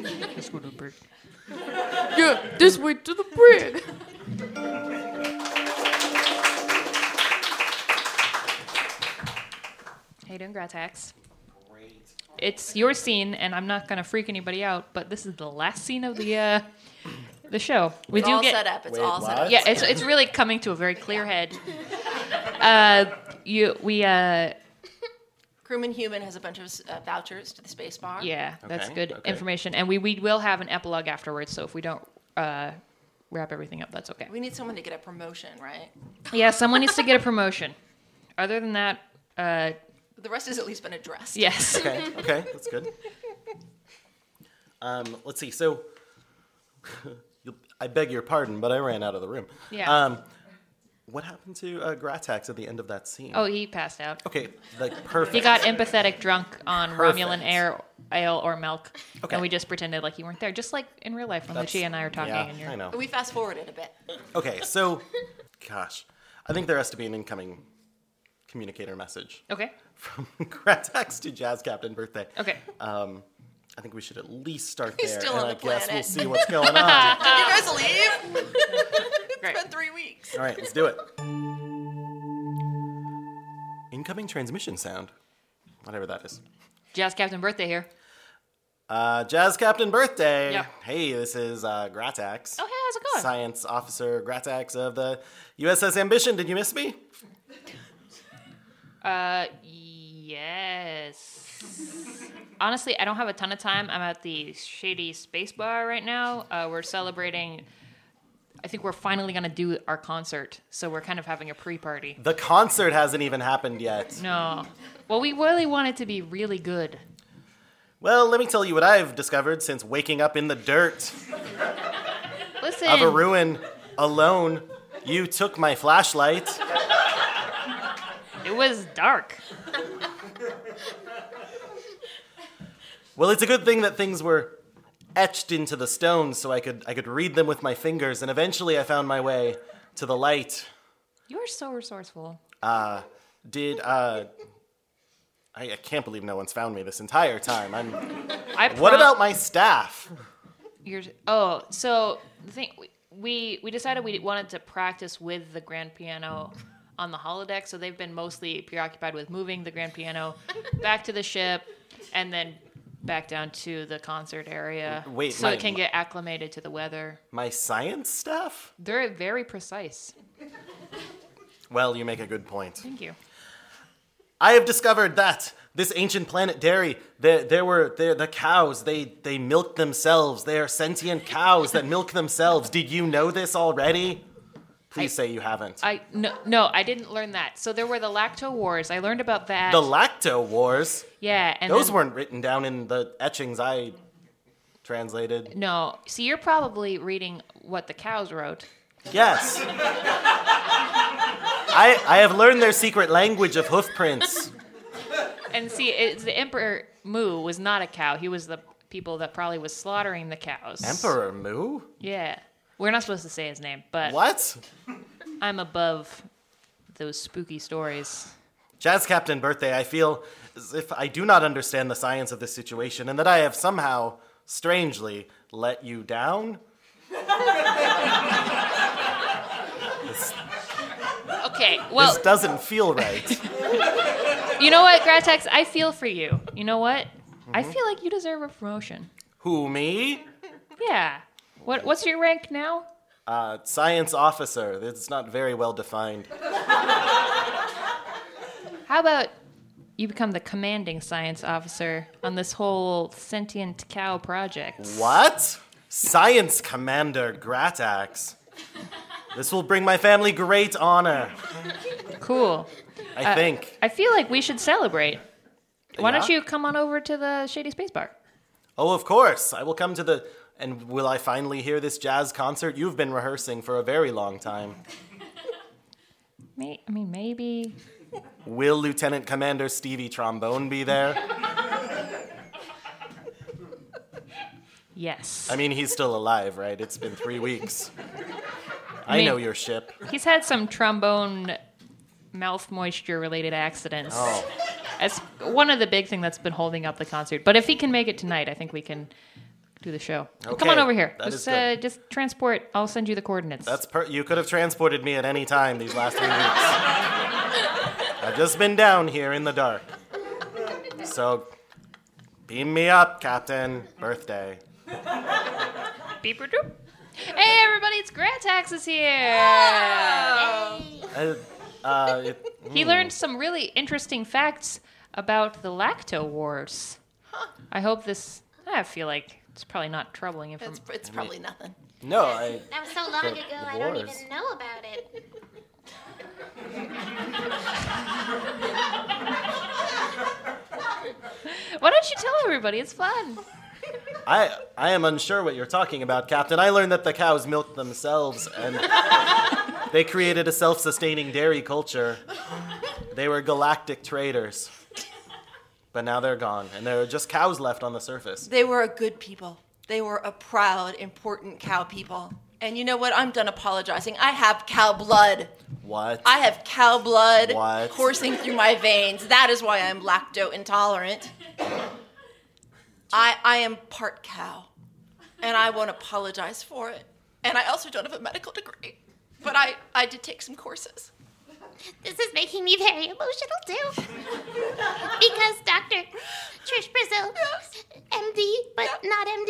Speaker 1: Let's go to the brig.
Speaker 3: Yeah, this way to the brig.
Speaker 1: Hey, doing Gratax. It's your scene, and I'm not gonna freak anybody out, but this is the last scene of the uh, the show. We
Speaker 3: It's
Speaker 1: do
Speaker 3: all
Speaker 1: get
Speaker 3: set up. It's
Speaker 6: Wait,
Speaker 3: all set
Speaker 6: what?
Speaker 3: up.
Speaker 1: yeah, it's it's really coming to a very clear head. Uh, you we uh
Speaker 3: Crewman Human has a bunch of uh, vouchers to the space bar.
Speaker 1: yeah, that's
Speaker 2: Okay,
Speaker 1: good
Speaker 2: okay.
Speaker 1: information, and we we will have an epilogue afterwards. So if we don't uh wrap everything up, that's okay.
Speaker 3: We need someone to get a promotion, right?
Speaker 1: Yeah, someone needs to get a promotion. Other than that, uh
Speaker 3: The rest has at least been addressed.
Speaker 1: yes,
Speaker 2: Okay, okay, that's good. Um, let's see. So, you I beg your pardon, but I ran out of the room.
Speaker 1: Yeah.
Speaker 2: Um, what happened to uh, Gratax at the end of that scene?
Speaker 1: Oh, he passed out.
Speaker 2: Okay, like perfect.
Speaker 1: He got empathetic drunk on
Speaker 2: Perfect.
Speaker 1: Romulan air, ale or milk,
Speaker 2: Okay.
Speaker 1: and we just pretended like you weren't there, just like in real life when
Speaker 2: That's-
Speaker 1: Lucia and I are talking.
Speaker 2: Yeah,
Speaker 1: and you're,
Speaker 2: I know.
Speaker 3: We fast forwarded a bit.
Speaker 2: Okay, so, gosh, I think there has to be an incoming communicator message
Speaker 1: Okay,
Speaker 2: from Gratax to Jazz Captain Birthday.
Speaker 1: okay.
Speaker 2: Um, I think we should at least start
Speaker 3: He's
Speaker 2: there,
Speaker 3: still
Speaker 2: and
Speaker 3: on
Speaker 2: I
Speaker 3: the
Speaker 2: guess we'll
Speaker 3: planet.
Speaker 2: see what's going on.
Speaker 1: Uh,
Speaker 3: Did you guys leave? It's
Speaker 1: Great.
Speaker 3: been three weeks.
Speaker 2: All right, let's do it. Incoming transmission sound, whatever that is.
Speaker 1: Jazz Captain Birthday here.
Speaker 2: Uh, Jazz Captain Birthday.
Speaker 1: Yeah.
Speaker 2: Hey, this is uh, Gratax.
Speaker 1: Oh, hey, how's it going?
Speaker 2: Science Officer Gratax of the USS Ambition. Did you miss me?
Speaker 1: Uh, yes. Honestly, I don't have a ton of time. I'm at the Shady Space Bar right now. Uh, we're celebrating. I think we're finally gonna do our concert, so we're kind of having a pre-party.
Speaker 2: The concert hasn't even happened yet.
Speaker 1: No, well, we really want it to be really good.
Speaker 2: Well, let me tell you what I've discovered since waking up in the dirt
Speaker 1: Listen,
Speaker 2: of a ruin alone. You took my flashlight.
Speaker 1: it was dark.
Speaker 2: Well, it's a good thing that things were etched into the stone so I could I could read them with my fingers and eventually I found my way to the light.
Speaker 1: You are so resourceful.
Speaker 2: Did uh I, I can't believe no one's found me this entire time. I'm
Speaker 1: I prom-
Speaker 2: What about my staff?
Speaker 1: your? Oh, so the thing we, we we decided we wanted to practice with the grand piano on the holodeck, so they've been mostly preoccupied with moving the grand piano back to the ship and then back down to the concert area
Speaker 2: Wait,
Speaker 1: so
Speaker 2: my-
Speaker 1: it can get acclimated to the weather.
Speaker 2: My science stuff?
Speaker 1: They're very precise.
Speaker 2: Well, you make a good point.
Speaker 1: Thank you.
Speaker 2: I have discovered that this ancient planet dairy, there, there were there, the cows, they, they milk themselves. They are sentient cows that milk themselves. Did you know this already? Please say you haven't.
Speaker 1: I no no, I didn't learn that. So there were the lacto wars. I learned about that.
Speaker 2: the lacto wars,
Speaker 1: yeah, and
Speaker 2: those
Speaker 1: then-
Speaker 2: weren't written down in the etchings I translated.
Speaker 1: No, see, you're probably reading what the cows wrote.
Speaker 2: Yes. I, I have learned their secret language of hoof prints.
Speaker 1: And see, it's the Emperor Mu was not a cow. He was the people that probably was slaughtering the cows.
Speaker 2: Emperor Moo?
Speaker 1: Yeah. We're not supposed to say his name, but
Speaker 2: What?
Speaker 1: I'm above those spooky stories.
Speaker 2: Jazz Captain Birthday, I feel as if I do not understand the science of this situation and that I have somehow, strangely, let you down.
Speaker 1: Okay, well,
Speaker 2: this doesn't feel right.
Speaker 1: you know what, Gratex? I feel for you. You know what?
Speaker 2: Mm-hmm.
Speaker 1: I feel like you deserve a promotion.
Speaker 2: Who, me?
Speaker 1: Yeah. What, what's your rank now?
Speaker 2: Uh, science officer. It's not very well defined.
Speaker 1: How about you become the commanding science officer on this whole sentient cow project?
Speaker 2: What? Science Commander Gratax. This will bring my family great honor,
Speaker 1: Cool.
Speaker 2: I think.
Speaker 1: I feel like we should celebrate. Uh, Why don't
Speaker 2: Yeah?
Speaker 1: you come on over to the Shady Space Bar?
Speaker 2: Oh, of course. I will come to the. And will I finally hear this jazz concert you've been rehearsing for a very long time?
Speaker 1: May- I mean, maybe.
Speaker 2: Will Lieutenant Commander Stevie Trombone be there?
Speaker 1: Yes.
Speaker 2: I mean, he's still alive, right? It's been three weeks. I,
Speaker 1: mean-
Speaker 2: know your ship.
Speaker 1: He's had some trombone mouth moisture related accidents.
Speaker 2: Oh.
Speaker 1: That's one of the big thing that's been holding up the concert. But if he can make it tonight, I think we can do the show. Come on
Speaker 2: Okay,
Speaker 1: over here.
Speaker 2: that
Speaker 1: just
Speaker 2: is good.
Speaker 1: Uh, just transport. I'll send you the coordinates.
Speaker 2: That's per- you could have transported me at any time these last three weeks. I've just been down here in the dark. So, beam me up, Captain. Birthday.
Speaker 1: Beeper doop. Hey everybody, it's Grant Tax is here. Ah!
Speaker 2: Uh, uh, it-
Speaker 1: He learned some really interesting facts about the lacto wars. I hope this. I feel like it's probably not troubling inform-
Speaker 3: It's, it's probably nothing.
Speaker 2: no, I,
Speaker 5: That was so long
Speaker 2: The-
Speaker 5: ago, I don't
Speaker 2: wars.
Speaker 5: even know about it.
Speaker 1: Why don't you tell everybody? It's fun.
Speaker 2: I, I am unsure what you're talking about, Captain. I learned that the cows milked themselves and they created a self sustaining dairy culture. They were galactic traders. But now they're gone, and there are just cows left on the surface.
Speaker 3: They were a good people. They were a proud, important cow people. And you know what? I'm done apologizing. I have cow blood.
Speaker 2: What?
Speaker 3: I have cow blood
Speaker 2: What?
Speaker 3: coursing through my veins. That is why I'm lacto intolerant. I, I am part cow, and I won't apologize for it. And I also don't have a medical degree, but I, I did take some courses.
Speaker 5: This is making me very emotional too. because Dr. Trish Brazil, MD, but not MD.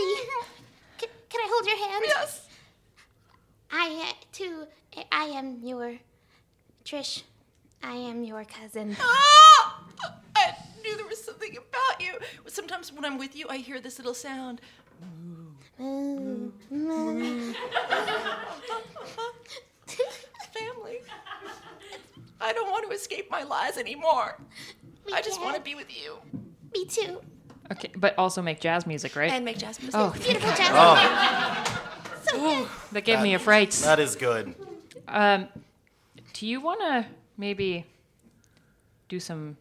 Speaker 5: C- can I hold your hand?
Speaker 3: Yes.
Speaker 5: I uh, too, I- I am your Trish. I am your cousin.
Speaker 3: Ah! I knew there was something about you. Sometimes when I'm with you, I hear this little sound.
Speaker 5: Ooh, mm.
Speaker 3: Family. I don't want to escape my lies anymore.
Speaker 5: We
Speaker 3: I just
Speaker 5: can.
Speaker 3: want to be with you.
Speaker 5: Me too.
Speaker 1: Okay, but also make jazz music, right?
Speaker 3: And make jazz music.
Speaker 1: oh,
Speaker 5: Beautiful Jasmine. So good.
Speaker 1: that gave me a fright.
Speaker 2: That is good.
Speaker 1: Um, do you want to maybe do some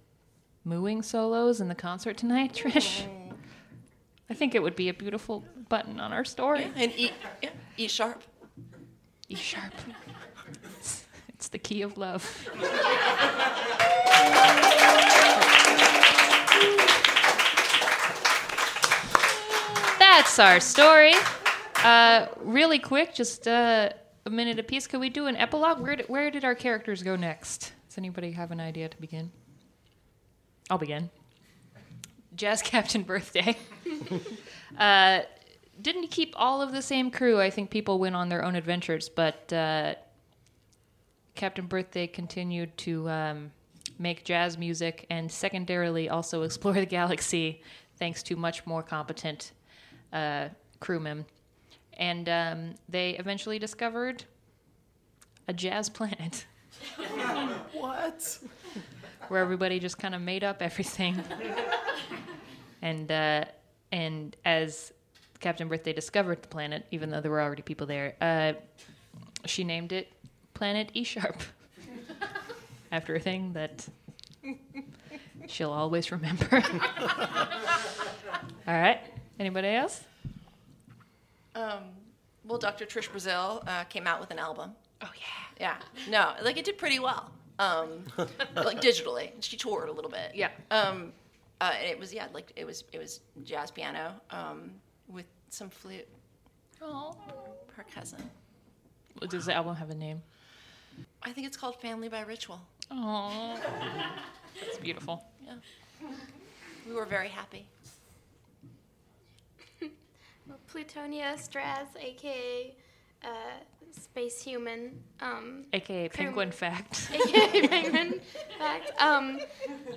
Speaker 1: mooing solos in the concert tonight, Trish? I think it would be a beautiful button on our story.
Speaker 3: And E, yeah, E sharp.
Speaker 1: E sharp. It's, it's the key of love. That's our story. Uh, really quick, just uh, a minute apiece. Could we do an epilogue? Where did, where did our characters go next? Does anybody have an idea to begin? I'll begin. Jazz Captain Birthday. uh, didn't keep all of the same crew. I think people went on their own adventures, but uh, Captain Birthday continued to um, make jazz music and secondarily also explore the galaxy thanks to much more competent uh, crewmen. And um, they eventually discovered a jazz planet
Speaker 2: What?
Speaker 1: where everybody just kind of made up everything. and uh, and as Captain Birthday discovered the planet, even though there were already people there, uh, she named it Planet E Sharp after a thing that she'll always remember. All right. Anybody else?
Speaker 3: Um, well, Dr. Trish Brazil uh, came out with an album.
Speaker 1: Oh yeah.
Speaker 3: Yeah. No, like it did pretty well. Um, like digitally, she toured a little bit.
Speaker 1: Yeah.
Speaker 3: Um, uh, and it was yeah, like it was it was jazz piano um, with some flute.
Speaker 1: Oh.
Speaker 3: Her cousin.
Speaker 1: Does the album have a name?
Speaker 3: I think it's called Family by Ritual.
Speaker 1: Oh. That's beautiful.
Speaker 3: Yeah. We were very happy.
Speaker 5: Plutonia Straz, aka uh, Space Human. Um,
Speaker 1: AKA Penguin Fact.
Speaker 5: aka Penguin, in fact, um,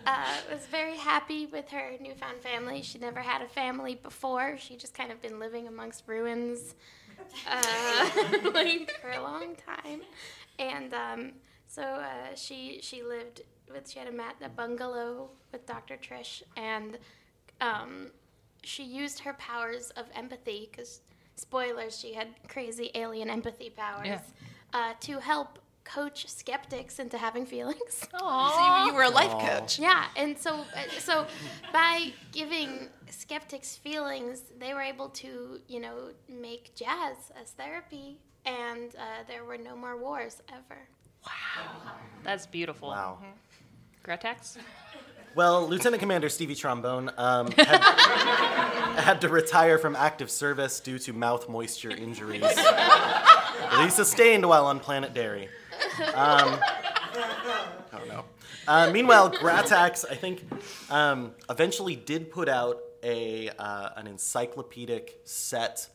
Speaker 5: uh, was very happy with her newfound family. She never had a family before. She just kind of been living amongst ruins, uh, like for a long time, and um, so uh, she she lived with she had a mat a bungalow with Dr. Trish, and um, she used her powers of empathy because spoilers, she had crazy alien empathy powers
Speaker 1: Yeah.
Speaker 5: uh, to help coach skeptics into having feelings.
Speaker 3: So you, you were a life coach.
Speaker 5: Yeah, and so uh, so by giving skeptics feelings, they were able to you know make jazz as therapy, and uh, there were no more wars ever.
Speaker 1: That's beautiful.
Speaker 2: Wow.
Speaker 1: Gratax?
Speaker 2: Well, Lieutenant Commander Stevie Trombone um, had, had to retire from active service due to mouth moisture injuries that he sustained while on Planet Dairy. Um, oh no. Uh, meanwhile, Gratax, I think, um, eventually did put out a uh, an encyclopedic set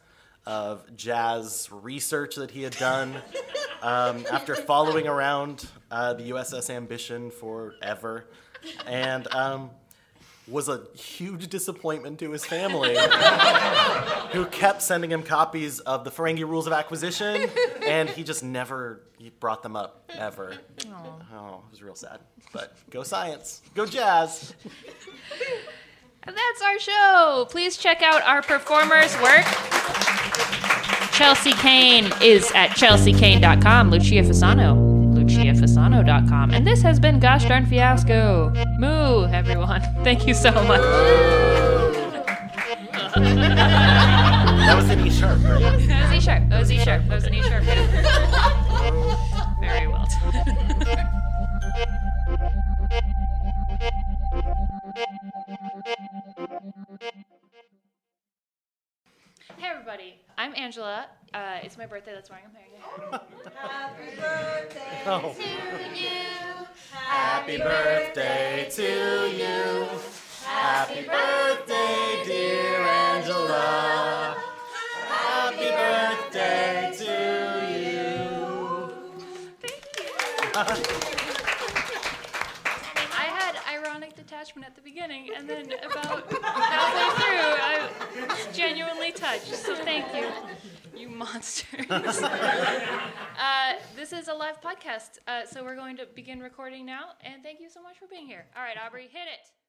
Speaker 2: of jazz research that he had done um, after following around uh, the USS Ambition forever, and um, was a huge disappointment to his family, who kept sending him copies of the Ferengi Rules of Acquisition, and he just never he brought them up ever. Oh, it was real sad. But go science, go jazz.
Speaker 1: And that's our show. Please check out our performers' work. Chelsea Kane is at chelseakane.com. Lucia Fasano, luciafasano.com. And this has been Gosh Darn Fiasco. Moo, everyone. Thank you so much.
Speaker 2: That was an E sharp, right?
Speaker 1: That was E sharp. That was E sharp. That was an E sharp. Very well done. Hey everybody, I'm Angela. Uh, it's my birthday. That's why I'm wearing a hat.
Speaker 2: Oh. Happy birthday to you. Happy birthday, dear Angela. Happy birthday to you.
Speaker 1: I had ironic detachment at the beginning, and then about halfway through, I was genuinely touched. So thank you, you monsters. uh, this is a live podcast, uh, so we're going to begin recording now. And thank you so much for being here. All right, Aubrey, hit it.